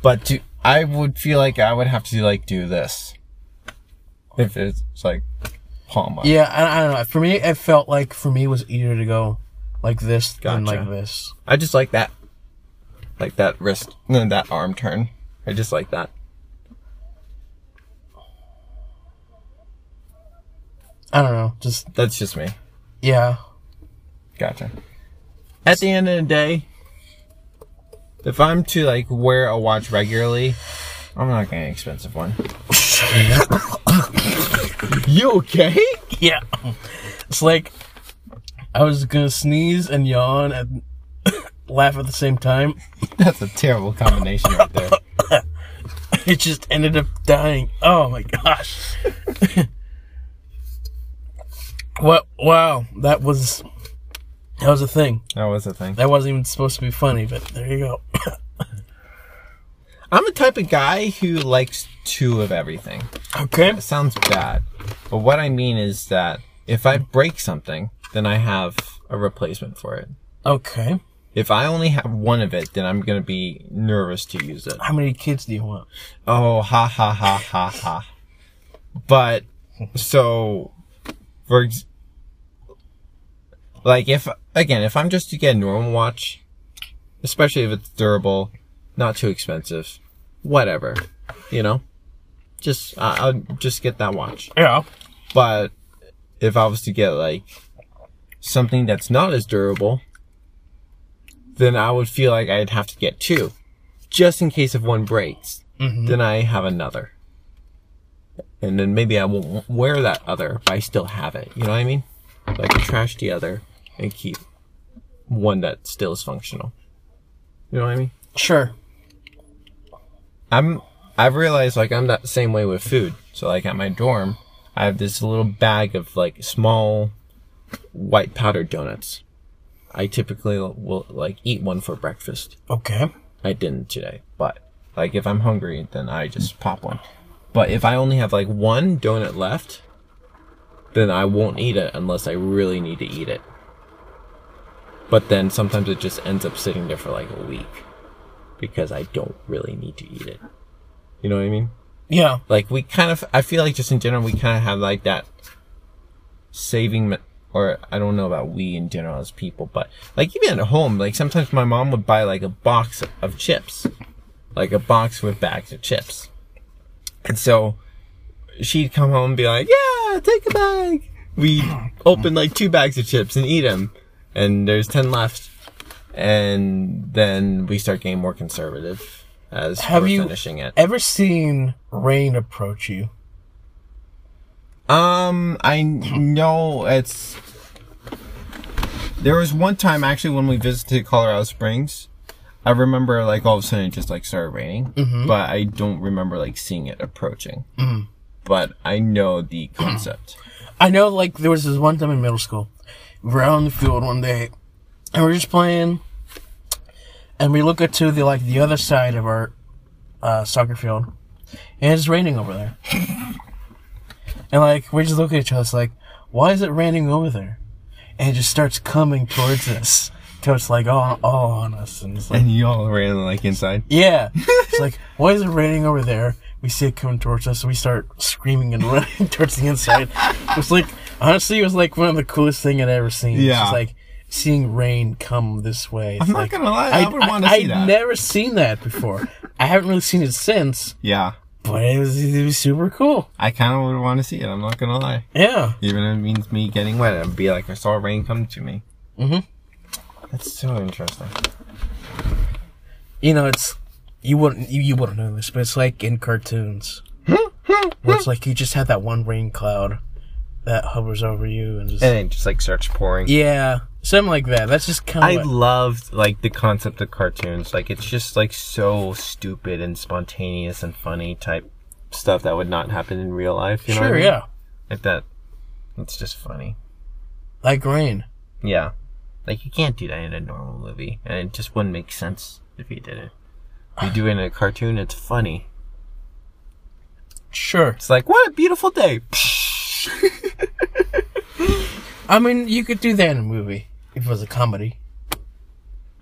But to, I would feel like I would have to like do this. If it's like palm up.
Yeah, I, I don't know. For me, it felt like for me it was easier to go like this than
Gotcha.
like this.
I just like that. Like that wrist, no, that arm turn. I just like that.
I don't know. Just
That's just me.
yeah.
Gotcha. At the end of the day, if I'm to like wear a watch regularly, I'm not getting an expensive one. [laughs] you okay?
Yeah. [laughs] It's like I was gonna sneeze and yawn and [coughs] laugh at the same time.
That's a terrible combination right there.
It just ended up dying. Oh my gosh. what? Wow. That was that was a thing.
That was a thing.
That wasn't even supposed to be funny, but there you go. [laughs]
I'm the type of guy who likes two of everything.
okay.
That sounds bad, but what I mean is that if I break something, then I have a replacement for it.
Okay.
If I only have one of it, then I'm gonna be nervous to use it.
How many kids do you want?
Oh, ha ha ha ha ha. But, so, for ex- like if, again, if I'm just to get a normal watch, especially if it's durable, not too expensive, whatever, you know? Just, I I'll just get that watch.
Yeah.
But, if I was to get like, something that's not as durable, then I would feel like I'd have to get two. Just in case if one breaks then I have another. And then maybe I won't wear that other, but I still have it. You know what I mean? Like trash the other and keep one that still is functional. You know what I mean?
Sure.
I'm I've realized like I'm that same way with food. So like at my dorm, I have this little bag of like small white powdered donuts. I typically will like eat one for breakfast.
Okay.
I didn't today, but like if I'm hungry, then I just pop one. But if I only have like one donut left, then I won't eat it unless I really need to eat it. But then sometimes it just ends up sitting there for like a week because I don't really need to eat it. You know what I mean?
Yeah.
like we kind of i feel like just in general we kind of have like that saving me- or i don't know about we in general as people but like even at home like sometimes my mom would buy like a box of chips like a box with bags of chips and so she'd come home and be like yeah take a bag we open like two bags of chips and eat them and there's 10 left and then we start getting more conservative as
Have
we're
you
finishing it
Ever seen rain approach you?
Um, I know it's. There was one time actually when we visited Colorado Springs. I remember like all of a sudden it just like started raining, but I don't remember like seeing it approaching. But I know the concept.
I know, like, there was this one time in middle school. We were out on the field one day, and we are just playing, and we look at to the, like, the other side of our uh, soccer field, and it's raining over there. and, like, we just look at each other, it's like, why is it raining over there? And it just starts coming towards us. So it's, like, all, all on us. And it's like,
[clears throat] and you all ran like inside.
yeah.
[laughs]
It's like, why is it raining over there? We see it coming towards us, so we start screaming and [laughs] running towards the inside. It was like, honestly, it was like one of the coolest thing I'd ever seen. It's
Yeah.
just like seeing rain come this way. It's
I'm not
like,
gonna lie, I, would want to
I-
see
I'd
that.
never seen that before. I haven't really seen it since,
yeah,
but it was, it was super cool.
I kind of would want to see it. I'm not gonna lie,
Yeah.
even if it means me getting wet. I'd be like, I saw rain come to me.
Mhm.
That's so interesting.
You know, it's you wouldn't you, you wouldn't know this, but it's like in
[laughs]
cartoons. where it's like you just have that one rain cloud that hovers over you and just
And it just like starts pouring.
Yeah, something like that. That's just
I
kind of.
loved like the concept of cartoons. Like it's just like so stupid and spontaneous and funny type stuff that would not happen in real life. You know what I
sure,
mean?
yeah,
Like that. It's just funny.
like rain.
Yeah. Like you can't do that in a normal movie, and it just wouldn't make sense if you did it. If you do it in a cartoon, it's funny.
Sure.
It's like what a beautiful day. [laughs]
I mean, you could do that in a movie if it was a comedy.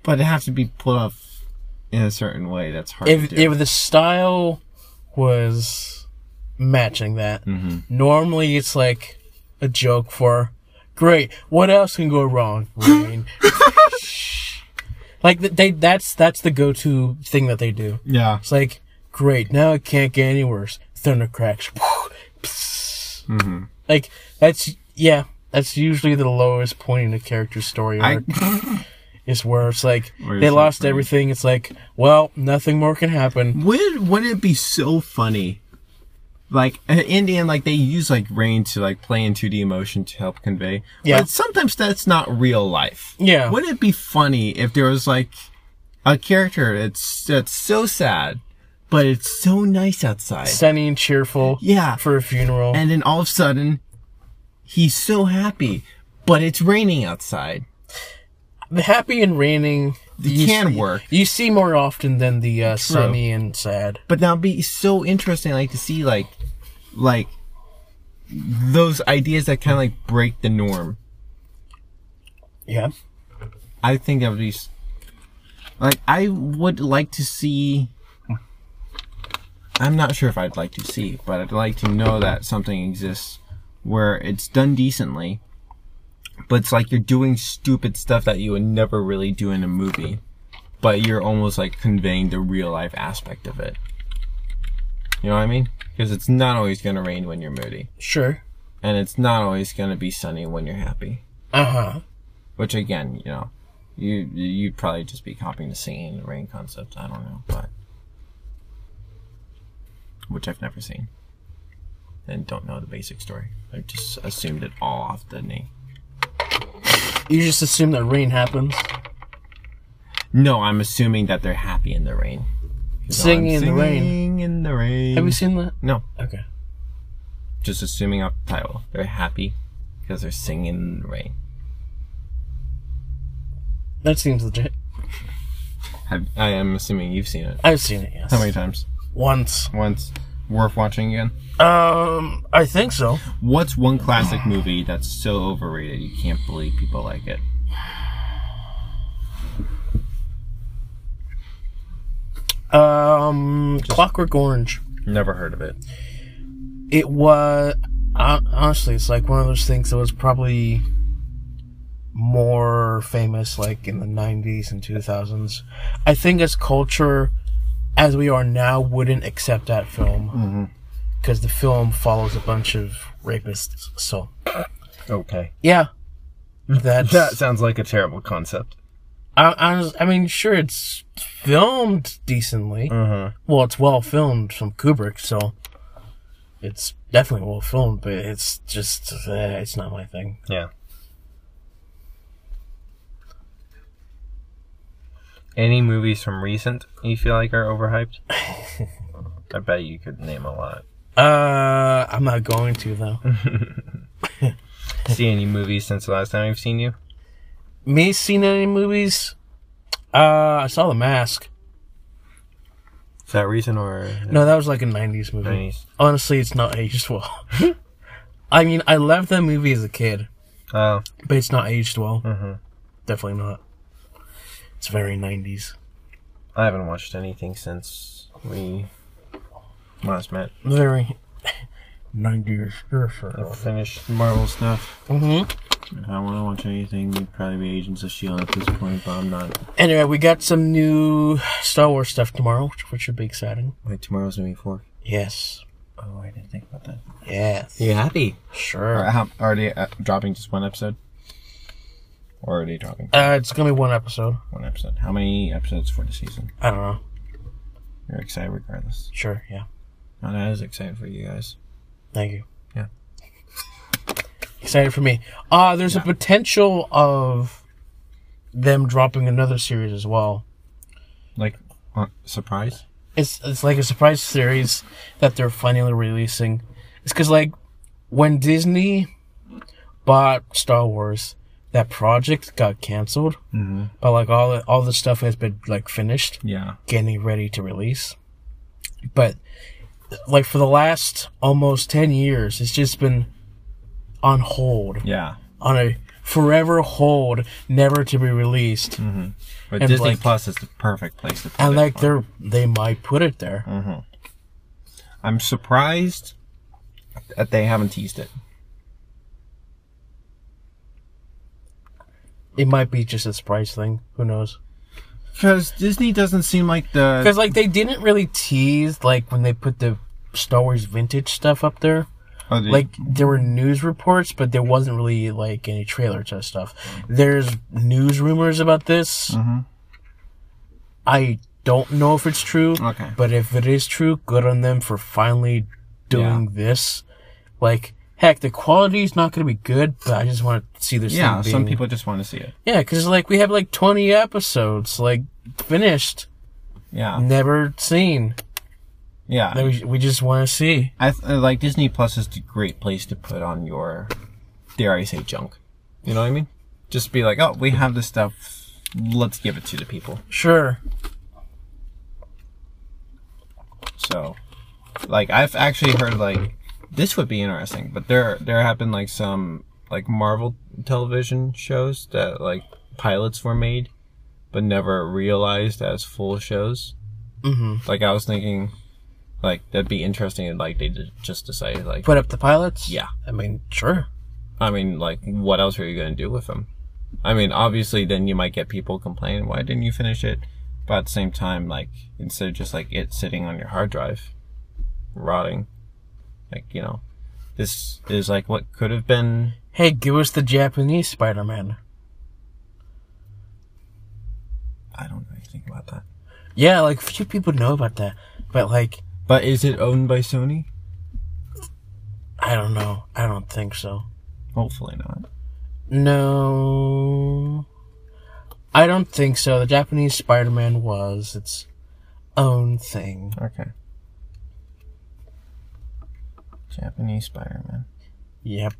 But it has to be put off in a certain way. That's hard
If
to do.
if the style was matching that,
Mm-hmm.
normally it's like a joke for, great. What else can go wrong?
[laughs]
Rain. like th- they that's that's the go-to thing that they do.
yeah.
It's like, great, now it can't get any worse. Thunder cracks. [laughs]
Mm-hmm.
Like, that's, yeah, that's usually the lowest point in a character's story
I, [laughs]
arc, is where it's like,
Where
they
it's
lost
like-
everything. It's like, well, nothing more can happen.
would wouldn't it be so funny? Like uh, in the end, like they use like rain to like play in 2D emotion to help convey.
Yeah.
But sometimes that's not real life.
Yeah.
Wouldn't it be funny if there was like a character that's that's so sad, but it's so nice outside.
Sunny and cheerful
yeah.
for a funeral.
and then all of a sudden, he's so happy, but it's raining outside.
the happy and raining you
can
see-
work.
You see more often than the uh, sunny and sad.
but that'd be so interesting like to see like like those ideas that kind of like break the norm
Yeah.
i think that would be s- like i would like to see i'm not sure if i'd like to see but i'd like to know that something exists where it's done decently but it's like you're doing stupid stuff that you would never really do in a movie but you're almost like conveying the real life aspect of it you know what i mean because it's not always going to rain when you're moody
Sure.
and it's not always going to be sunny when you're happy
Uh huh.
which again, you know, you you'd probably just be copying the singing in the rain concept. I don't know, but which I've never seen and don't know the basic story. I just assumed it all off the name.
You just assume that rain happens.
No, I'm assuming that they're happy in the rain. 'Cause I'm
Singing in the rain.
Singing in the rain.
Have you seen that?
No,
Okay.
just assuming off the title. They're happy because they're singing in the rain.
That seems legit.
Have I am assuming you've seen it.
I've seen it, yes.
How many times?
Once.
Once. Worth watching again.
Um, I think so.
What's one classic movie that's so overrated you can't believe people like it?
Um, Clockwork Orange.
Never heard of it.
It was hon- honestly, it's like one of those things that was probably more famous like in the 90s and 2000s. I think as culture as we are now wouldn't accept that
Mm-hmm.
film because the film follows a bunch of rapists. So,
Okay.
yeah.
[laughs]
That's
That sounds like a terrible concept.
I, I, was- I mean, sure, it's filmed decently. Well, it's well filmed from Kubrick, so it's definitely well filmed. But it's just, uh, it's not my thing.
Yeah. Any movies from recent you feel like are overhyped? [laughs] I bet you could name a lot.
Uh, I'm not going to though.
See any movies since the last time I've seen you?
Me seen any movies? Uh, I saw The Mask.
Is that recent or
No, that was like a '90s movie.
90s?
Honestly, it's not aged well. I mean, I loved that movie as a kid,
Oh,
but it's not aged well. Definitely not. It's very '90s.
I haven't watched anything since we last met.
very 90s
I finished Marvel stuff.
Mm-hmm.
If I want to watch anything, it'd probably be Agents of
E
S.H.I.E.L.D. at this point, but I'm not.
Anyway, we got some new Star Wars stuff tomorrow, which- which should be exciting.
Wait, tomorrow's going to be 4.
Yes.
Oh, I didn't think about that.
Yes.
You happy? Are,
Sure.
how, are they uh, dropping just one episode? Or are they dropping
Uh, it's gonna be one episode.
one episode? How many episodes for the season?
I don't know.
You're excited regardless.
Sure. Yeah.
Not as excited for you guys.
Thank you.
Yeah.
Excited for me. Uh there's a potential of them dropping another series as well.
Like, uh, surprise?
It's it's like a surprise series that they're finally releasing. It's because like when Disney bought Star Wars, that project got canceled. Mm-hmm. But like all the, all the stuff has been like finished,
Yeah.
getting ready to release. But like for the last almost ten years, it's just been on hold,
Yeah.
on a forever hold, never to be released.
But
And
Disney
like-
Plus is the perfect place to put
And
it.
like they're they might put it there.
I'm surprised that they haven't teased it.
It might be just a surprise thing. Who knows?
Because Disney doesn't seem like the.
Because like they didn't really tease like when they put the Star Wars vintage stuff up there.
Oh, they-
Like there were news reports, but there wasn't really like any trailer to stuff. There's news rumors about this.
Mm-hmm.
I don't know if it's true.
Okay.
But if it is true, good on them for finally doing
Yeah.
this. Like, heck, the quality is not going to be good, but I just want to see this.
yeah,
thing
some
being-
people just want to see it.
Yeah, because like we have like 20 episodes like finished,
Yeah.
never seen.
Yeah.
That we, we just want to see.
I th- uh, like Disney Plus is a great place to put on your, dare I say, junk. You know what I mean? Just be like, oh, we have this stuff. Let's give it to the people.
Sure.
So, like, I've actually heard like this would be interesting, but there there have been like some like Marvel television shows that like pilots were made, but never realized as full shows. Mm-hmm. Like I was thinking, like that'd be interesting. And, like they d- just decided like,
Put up the pilots?
Yeah.
I mean, sure.
I mean, like, what else are you going to do with them? I mean, obviously, then you might get people complaining, why didn't you finish it? But at the same time, like, instead of just like it sitting on your hard drive, rotting, like, you know, this is like what could have been.
Hey, give us the Japanese Spider Man.
I don't know anything about that.
Yeah, like few people know about that. But like,
But is it owned by Sony?
I don't know. I don't think so.
Hopefully not.
No. I don't think so. The Japanese Spider Man was its own thing.
Okay. Japanese Spider Man.
Yep.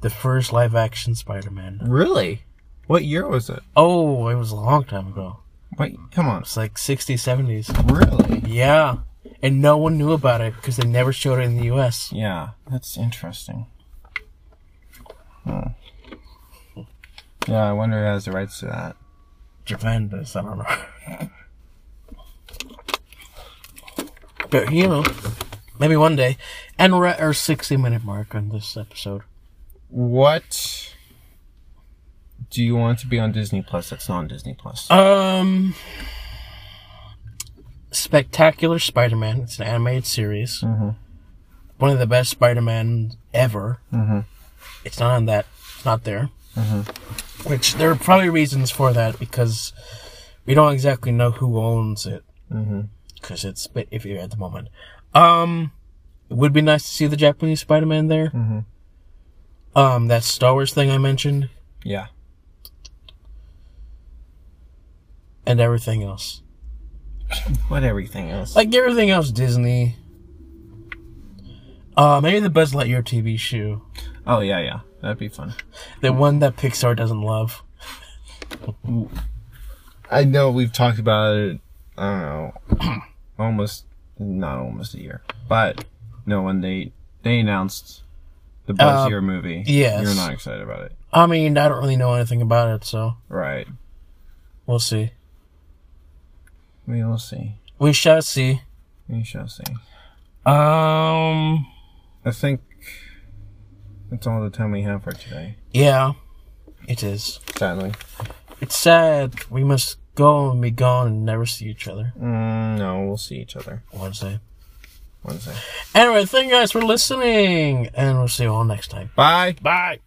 The first live action Spider Man.
Really? What year was it?
Oh, it was a long time ago.
Wait, come on.
It's like 60s, 70s.
Really?
Yeah. And no one knew about it because they never showed it in the US.
Yeah, that's interesting. Hmm. Yeah, I wonder who has the rights to that.
Japan does, I don't know. but, you know, maybe one day. And we're at our 60 minute mark on this episode.
What do you want to be on Disney Plus that's not on Disney Plus?
Um, Spectacular Spider-Man. It's an animated series. One of the best Spider-Man ever. It's not on that. It's not there. Which there are probably reasons for that because we don't exactly know who owns it because it's a bit iffy at the moment. Um, it would be nice to see the Japanese Spider-Man there. Um, that Star Wars thing I mentioned
yeah.
and everything else.
What everything else?
like everything else Disney. Uh, maybe the Buzz Lightyear TV show,
oh, yeah, yeah. That'd be fun.
the one that Pixar doesn't love.
I know we've talked about it, I don't know, [clears throat] almost, not almost a year. But, no, when they, they announced the Uh, Buzz Year movie,
yes.
you're not excited about it.
I mean, I don't really know anything about it, so
Right.
we'll see.
We will see.
We shall see.
We shall see.
Um,
I think that's all the time we have for today.
yeah, it is.
Sadly.
It's sad. We must go and be gone and never see each other.
Mm, no, we'll see each other
Wednesday.
Wednesday.
Anyway, thank you guys for listening, and we'll see you all next time.
Bye.
Bye.